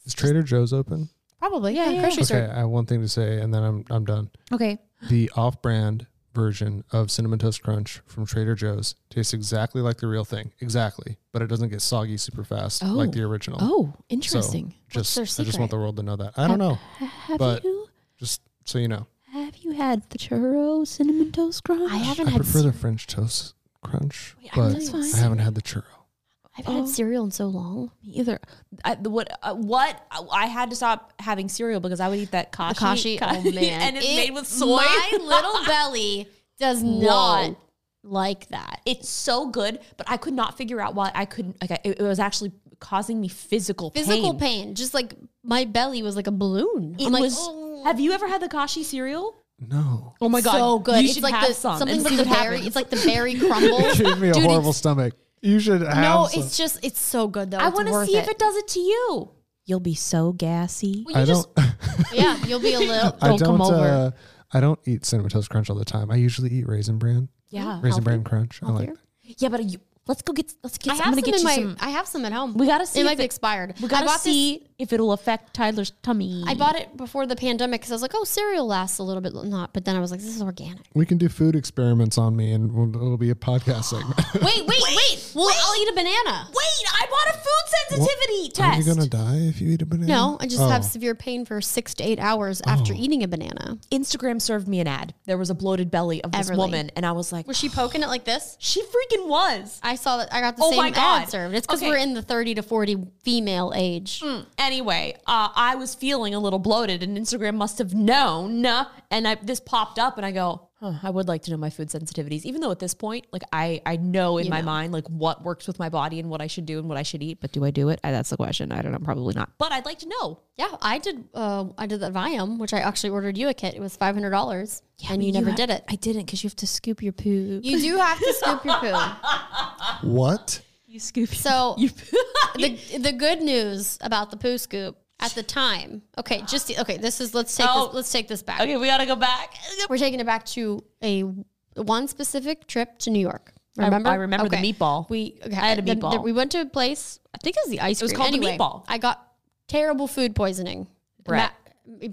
S6: is Trader Joe's open?
S2: Probably. Yeah, grocery
S6: Okay,
S2: store.
S6: I have one thing to say, and then I'm I'm done.
S1: Okay,
S6: The off-brand version of cinnamon toast crunch from Trader Joe's tastes exactly like the real thing, exactly, but it doesn't get soggy super fast like
S1: Oh.
S6: the original.
S1: Oh,
S6: So,
S1: interesting.
S6: just
S2: their
S6: I just want
S2: secret?
S6: the world to know that. I don't know,
S1: have
S6: but-
S1: you
S6: just so you know.
S1: have you had the churro cinnamon toast crunch?
S2: I haven't
S6: I
S2: had
S6: prefer the French toast crunch,
S2: Wait, I
S6: but
S2: really want
S6: I haven't had the churro.
S2: I've had cereal in so long.
S1: either. I, the, what? Uh, what? I, I had to stop having cereal because I would eat that kashi.
S2: Kashi, [laughs] oh
S1: [laughs]
S2: man,
S1: and it's
S2: It-
S1: made with soy. [laughs]
S2: [laughs] My little belly does not like that.
S1: it's so good, but I could not figure out why I couldn't. Like, I- it, it was actually causing me physical pain.
S2: Physical pain. just like my belly was like a balloon.
S1: It
S2: I'm like,
S1: was.
S2: "Oh,
S1: Have you ever had the kashi cereal?
S6: No,
S1: Oh my god,
S2: so good.
S1: You
S2: it's
S1: should
S2: like
S1: have
S2: the,
S1: some.
S2: something
S1: and
S2: with
S1: see
S2: the
S1: what
S2: berry.
S1: happens.
S2: It's like the
S1: [laughs]
S2: berry crumble.
S6: gave me a
S2: Dude,
S6: horrible
S2: it's-
S6: stomach. You should have.
S2: No,
S6: some.
S2: it's just it's so good though.
S1: I
S2: want to
S1: see if it does it to you. You'll be so gassy.
S6: I don't.
S2: Yeah, you'll be a [laughs] little.
S6: I
S1: Don't come
S6: don't.
S1: over.
S6: Uh, I don't eat cinnamon toast crunch all the time. I usually eat raisin bran.
S1: Yeah,
S6: Raisin bran crunch. I like.
S1: yeah, but you, let's go get. Let's get.
S2: I
S1: some- I'm
S2: have some
S1: gonna
S2: in
S1: get you
S2: my.
S1: some.
S2: I have some at home.
S1: We gotta see
S2: It
S1: if
S2: might be
S1: it-
S2: expired.
S1: We
S2: I
S1: gotta
S2: bought
S1: see if it'll affect Tyler's tummy.
S2: This, I bought it before the pandemic because I was like, oh, cereal lasts a little bit, not. But then I was like, this is organic.
S6: We can do food experiments on me, and we'll, it'll be a
S2: [gasps]
S6: podcast segment.
S2: [laughs] Wait, wait, wait. Well, I'll eat a banana.
S1: Wait, I bought a food sensitivity
S6: Are you
S1: test.
S6: gonna die if you eat a banana?
S2: No, I just have
S6: Oh.
S2: severe pain for six to eight hours
S1: Oh.
S2: after eating a banana.
S1: Instagram served me an ad. There was a bloated belly of this
S2: Everly.
S1: woman, and I was like,
S2: Was she poking it like this?
S1: she freaking was.
S2: I saw that. I got the
S1: Oh my
S2: same
S1: God.
S2: ad served. It's because
S1: Okay.
S2: we're in the thirty to forty female age.
S1: Anyway, uh, I was feeling a little bloated, and Instagram must have known. uh, And I, this popped up, and I go, huh, I would like to know my food sensitivities, even though at this point, like I, I know in my mind like what works with my body and what I should do and what I should eat. But do I do it? I, that's the question. I don't know. Probably not. But I'd like to know.
S2: Yeah, I did. Uh, I did that Viome, which I actually ordered you a kit. It was five hundred dollars, and you, never did it.
S1: I didn't because you have to scoop your poo.
S2: You do have to scoop your poo.
S6: What?
S1: You scoop. your-
S2: [laughs] So
S1: you,
S2: the the good news about the poo scoop at the time. Okay, just okay. This is let's take
S1: Oh.
S2: this, let's take this back.
S1: okay, we gotta go back.
S2: We're taking it back to a one specific trip to New York.
S1: I-
S2: Remember?
S1: I remember the meatball.
S2: We okay,
S1: I had a
S2: the- the-
S1: meatball.
S2: we went to a place. I think it was the ice. It
S1: was called the meatball.
S2: I got terrible food poisoning.
S1: Brett.
S2: Ma-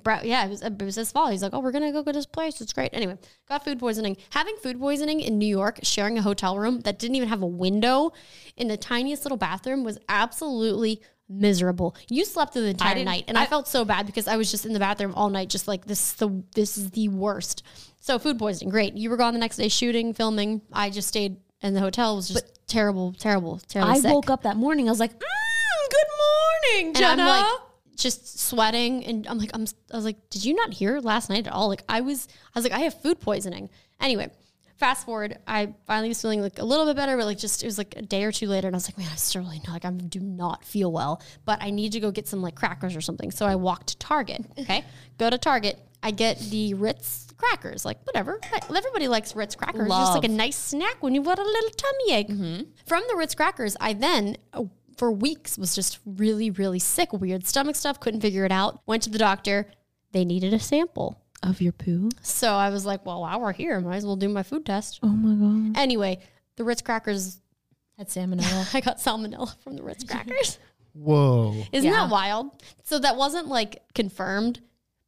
S2: Brett, yeah, it was, it was his fault. He's like, oh, we're gonna go to this place. It's great. Anyway, got food poisoning. Having food poisoning in New York, sharing a hotel room that didn't even have a window, in the tiniest little bathroom was absolutely miserable. You slept through the entire
S1: didn't-
S2: night, and I, felt so bad because I was just in the bathroom all night, just like this. Is the this is the worst. So food poisoning, great. You were gone the next day shooting, filming. I just stayed in the hotel. It was just terrible, terrible, terrible.
S1: I
S2: sick.
S1: woke up that morning. I was like, mm, good morning,
S2: and
S1: Jenna.
S2: I'm like just sweating and I'm like I'm I was like did you not hear last night at all like I was I was like I have food poisoning anyway fast forward I finally was feeling like a little bit better but like just it was like a day or two later and I was like man I still really not like I do not feel well but I need to go get some like crackers or something so I walk to Target okay go to Target I get the Ritz crackers like whatever everybody likes Ritz crackers It's just like a
S1: Love.
S2: a nice snack when you've got a little tummy ache. From the Ritz crackers, I then uh, for weeks was just really, really sick, weird stomach stuff, couldn't figure it out. Went to the doctor. They needed a sample.
S7: Of your poo?
S2: So I was like, well, while we're here, might as well do my food test.
S1: Mm.
S7: Oh my God.
S2: Anyway, the Ritz crackers, [laughs]
S7: Had salmonella.
S2: I got salmonella from the Ritz crackers.
S6: Whoa.
S2: Isn't
S7: Yeah.
S2: that wild? So that wasn't like confirmed,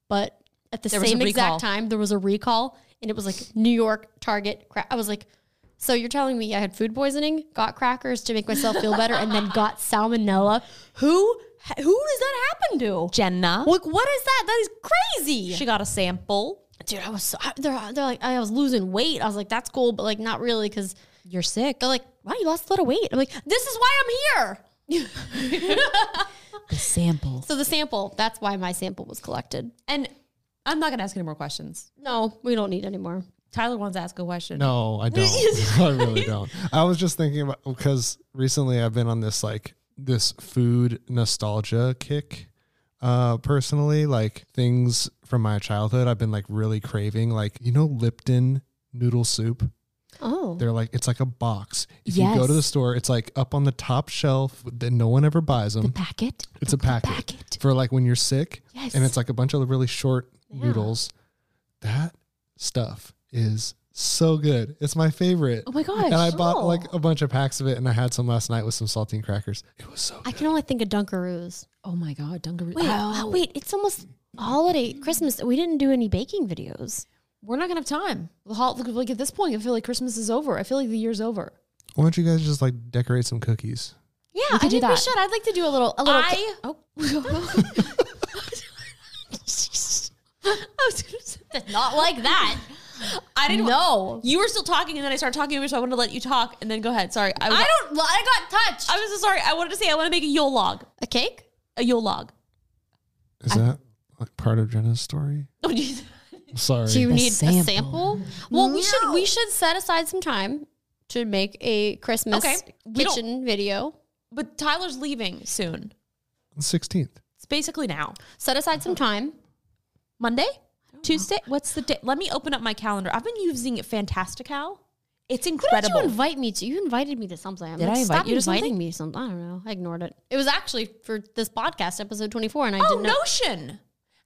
S2: but at the
S7: There was a
S2: same
S7: recall.
S2: exact time, there was a recall and it was like New York, Target. Cra- I was like, so you're telling me I had food poisoning, got crackers to make myself feel better, and then got salmonella? Who who does that happen to?
S7: Jenna.
S2: Like, what is that? That is crazy.
S7: She got a sample.
S2: Dude, I was so, I- they're, they're like, I was losing weight. I was like, that's cool, but like, not really, because
S7: You're sick.
S2: they're like, wow, you lost a lot of weight. I'm like, this is why I'm here.
S7: The sample.
S2: [laughs] So the sample, that's why my sample was collected.
S7: And I'm not going to ask any more questions.
S2: No, we don't need any more.
S7: Tyler wants to ask a question.
S6: No,
S2: [laughs]
S6: I don't. [laughs] I really don't. I was just thinking about because recently I've been on this like this food nostalgia kick. Uh, personally, like things from my childhood, I've been like really craving, like you know, Lipton noodle soup.
S2: Oh.
S6: They're like it's like a box. If you go to the
S7: Yes.
S6: store, it's like up on the top shelf that no one ever buys them.
S7: Packet?
S6: it's a packet,
S7: packet.
S6: for like when you're sick,
S7: Yes.
S6: and it's like a bunch of really short noodles. That stuff is so good. It's my favorite.
S7: Oh my gosh.
S6: And I bought like a bunch of packs of it, and I had some last night with some saltine crackers. It was so.
S2: I can only think of Dunkaroos.
S7: Oh my God. Dungaroo.
S2: Wait,
S7: Oh.
S2: oh, wait, it's almost holiday, Christmas. We didn't do any baking videos.
S7: We're not going to have time. The hol- Like at this point, I feel like Christmas is over. I feel like the year's over.
S6: Why don't you guys just like decorate some cookies?
S2: Yeah,
S7: We
S2: I
S7: could do
S2: think we
S7: that.
S2: should. I'd like to do a little. A little
S7: [laughs] I.
S2: oh, [laughs]
S7: I was gonna say-
S2: not like that.
S7: I didn't.
S2: No.
S7: You were still talking, and then I started talking over, so I wanted to let you talk, and then go ahead. Sorry, I, was,
S2: I don't. I got touched.
S7: I was so sorry. I wanted to say I want to make a Yule log.
S2: a cake?
S7: A Yule log.
S6: Is that like part of Jenna's story?
S7: Oh, [laughs] geez.
S6: I'm Sorry.
S2: Do you
S7: The
S2: need
S7: sample.
S2: a sample? Well, we should we should set aside some time to make a Christmas
S7: Okay, we don't-
S2: kitchen video.
S7: but Tyler's leaving soon.
S6: Sixteenth.
S7: It's basically now.
S2: Set aside some time.
S7: Monday, Tuesday. What's the day? Let me open up my calendar. I've been using Fantastical. It's
S2: What did
S7: incredible.
S2: you invite me to? You invited me to something. I'm
S7: Did
S2: like,
S7: I invite
S2: stop
S7: you to
S2: inviting
S7: something?
S2: me to something. I don't know. I ignored it. It was actually for this podcast, episode 24, and I
S7: oh,
S2: didn't know.
S7: Notion.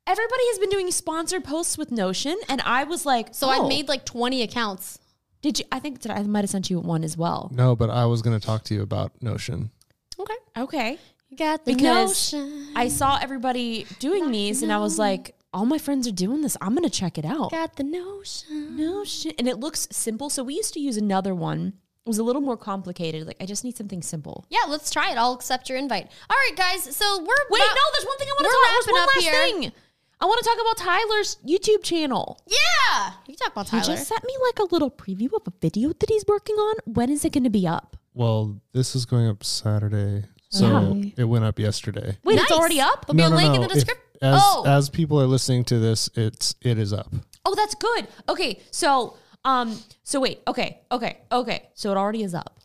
S7: Everybody has been doing sponsored posts with Notion, and I was like,
S2: So
S7: oh.
S2: I've made like 20 accounts.
S7: Did you? I think did I, I might have sent you one as well.
S6: No, but I was gonna talk to you about Notion.
S2: Okay.
S7: Okay.
S2: You got the
S7: because
S2: notion.
S7: I saw everybody doing these and I was like, all my friends are doing this. I'm going to check it out.
S2: Got the notion.
S7: No shit. And it looks simple. So we used to use another one. It was a little more complicated. Like, I just need something simple.
S2: Yeah, let's try it. I'll accept your invite. All right, guys. So we're
S7: Wait,
S2: about-
S7: no, there's one thing I want
S2: we're
S7: to talk about.
S2: wrapping
S7: There's
S2: up
S7: one last thing. I want to talk about Tyler's YouTube channel.
S2: Yeah, you can talk about Tyler.
S7: He just sent me like a little preview of a video that he's working on. When is it going to be up?
S6: Well, this is going up Saturday, so
S2: Yeah.
S6: it went up yesterday.
S7: Wait,
S2: Nice.
S7: it's already up?
S2: There'll be a link in the
S6: If-
S2: description.
S6: as,
S2: Oh.
S6: as people are listening to this, it's it is up.
S7: Oh, that's good. Okay, so um, so wait, okay, okay, okay. So it already is up.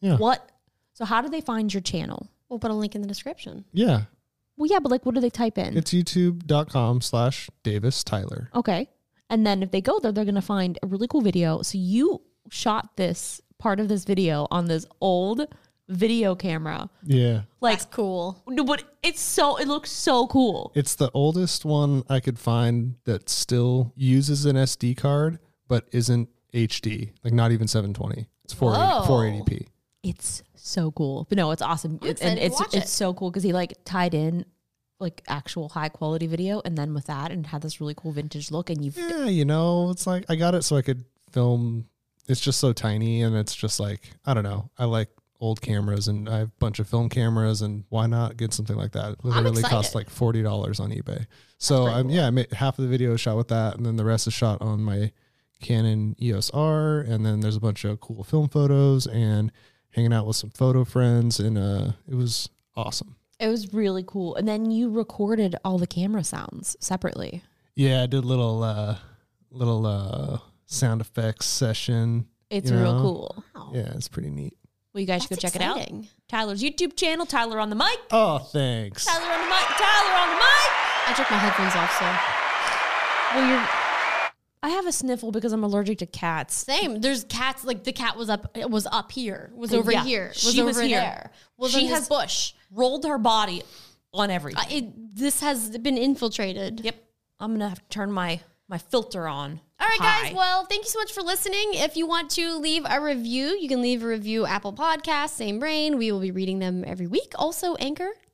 S6: Yeah.
S7: What? So how do they find your channel?
S2: we'll put a link in the description.
S6: Yeah.
S7: Well, yeah, but like, what do they type in?
S6: It's youtube.com slash Davis Tyler.
S7: okay, and then if they go there, they're gonna find a really cool video. So you shot this part of this video on this old video camera,
S6: Yeah.
S7: like,
S2: That's cool.
S7: no, but it's so it looks so cool.
S6: It's the oldest one I could find that still uses an SD card, but isn't HD, like not even 720. It's 480, 480p.
S7: It's so cool. But no, it's awesome, It-
S2: excited
S7: and
S2: to
S7: it's
S2: watch
S7: it's
S2: it.
S7: so cool because he like tied in like actual high quality video, and then with that, and had this really cool vintage look, and you've
S2: Mm,
S6: Yeah, you know, it's like I got it so I could film. It's just so tiny and it's just like, I don't know. I like old cameras and I have a bunch of film cameras and why not get something like that? It literally costs
S2: excited.
S6: like $40 on eBay. So um, yeah, I made half of the video is shot with that and then the rest is shot on my Canon EOS R and then there's a bunch of cool film photos and hanging out with some photo friends and uh it was awesome.
S7: It was really cool. And then you recorded all the camera sounds separately.
S6: Yeah, I did little uh little uh sound effects session.
S7: It's
S6: you
S7: real
S6: know?
S7: cool.
S6: Yeah, it's pretty neat.
S7: Well, you guys should go check it out. Tyler's YouTube channel, Tyler on the mic.
S6: Oh, thanks.
S7: Tyler on the mic. Tyler on the mic.
S2: I took my headphones off, so
S7: Well, you're. I have a sniffle because I'm allergic to cats.
S2: same. There's cats. Like the cat was up. It was up here. Was over
S7: Yeah.
S2: here. Was
S7: She
S2: over
S7: was here.
S2: there. Was
S7: She
S2: in
S7: has-
S2: this bush.
S7: Rolled her body on
S2: Uh,
S7: everything.
S2: it, this has been infiltrated.
S7: yep. I'm gonna have to turn my
S1: my filter on.
S2: All right,
S1: high.
S2: guys. Well, thank you so much for listening. If you want to leave a review, you can leave a review Apple Podcast, Same Brain. We will be reading them every week. Also,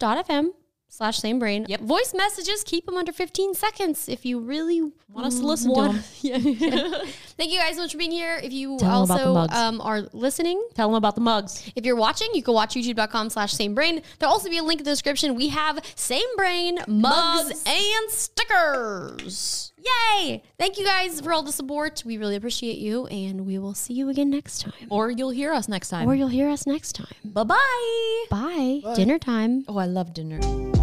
S2: anchor.fm slash same brain.
S1: Yep.
S2: Voice messages, keep them under 15 seconds if you really
S1: Want us to listen to them.
S2: [laughs] Yeah. thank you guys so much for being here. If you
S1: Tell 'em about the
S2: also
S1: mugs.
S2: um, are listening,
S1: Tell them about the mugs.
S2: if you're watching, you can watch youtube.com slash same brain. There'll also be a link in the description. We have same brain mugs,
S1: Mugs.
S2: and stickers. Yay! Thank you guys for all the support. We really appreciate you, and we will see you again next time.
S1: Or you'll hear us next time.
S2: Or you'll hear us next time.
S1: Bye bye.
S2: Bye. Dinner time.
S1: Oh, I love dinner.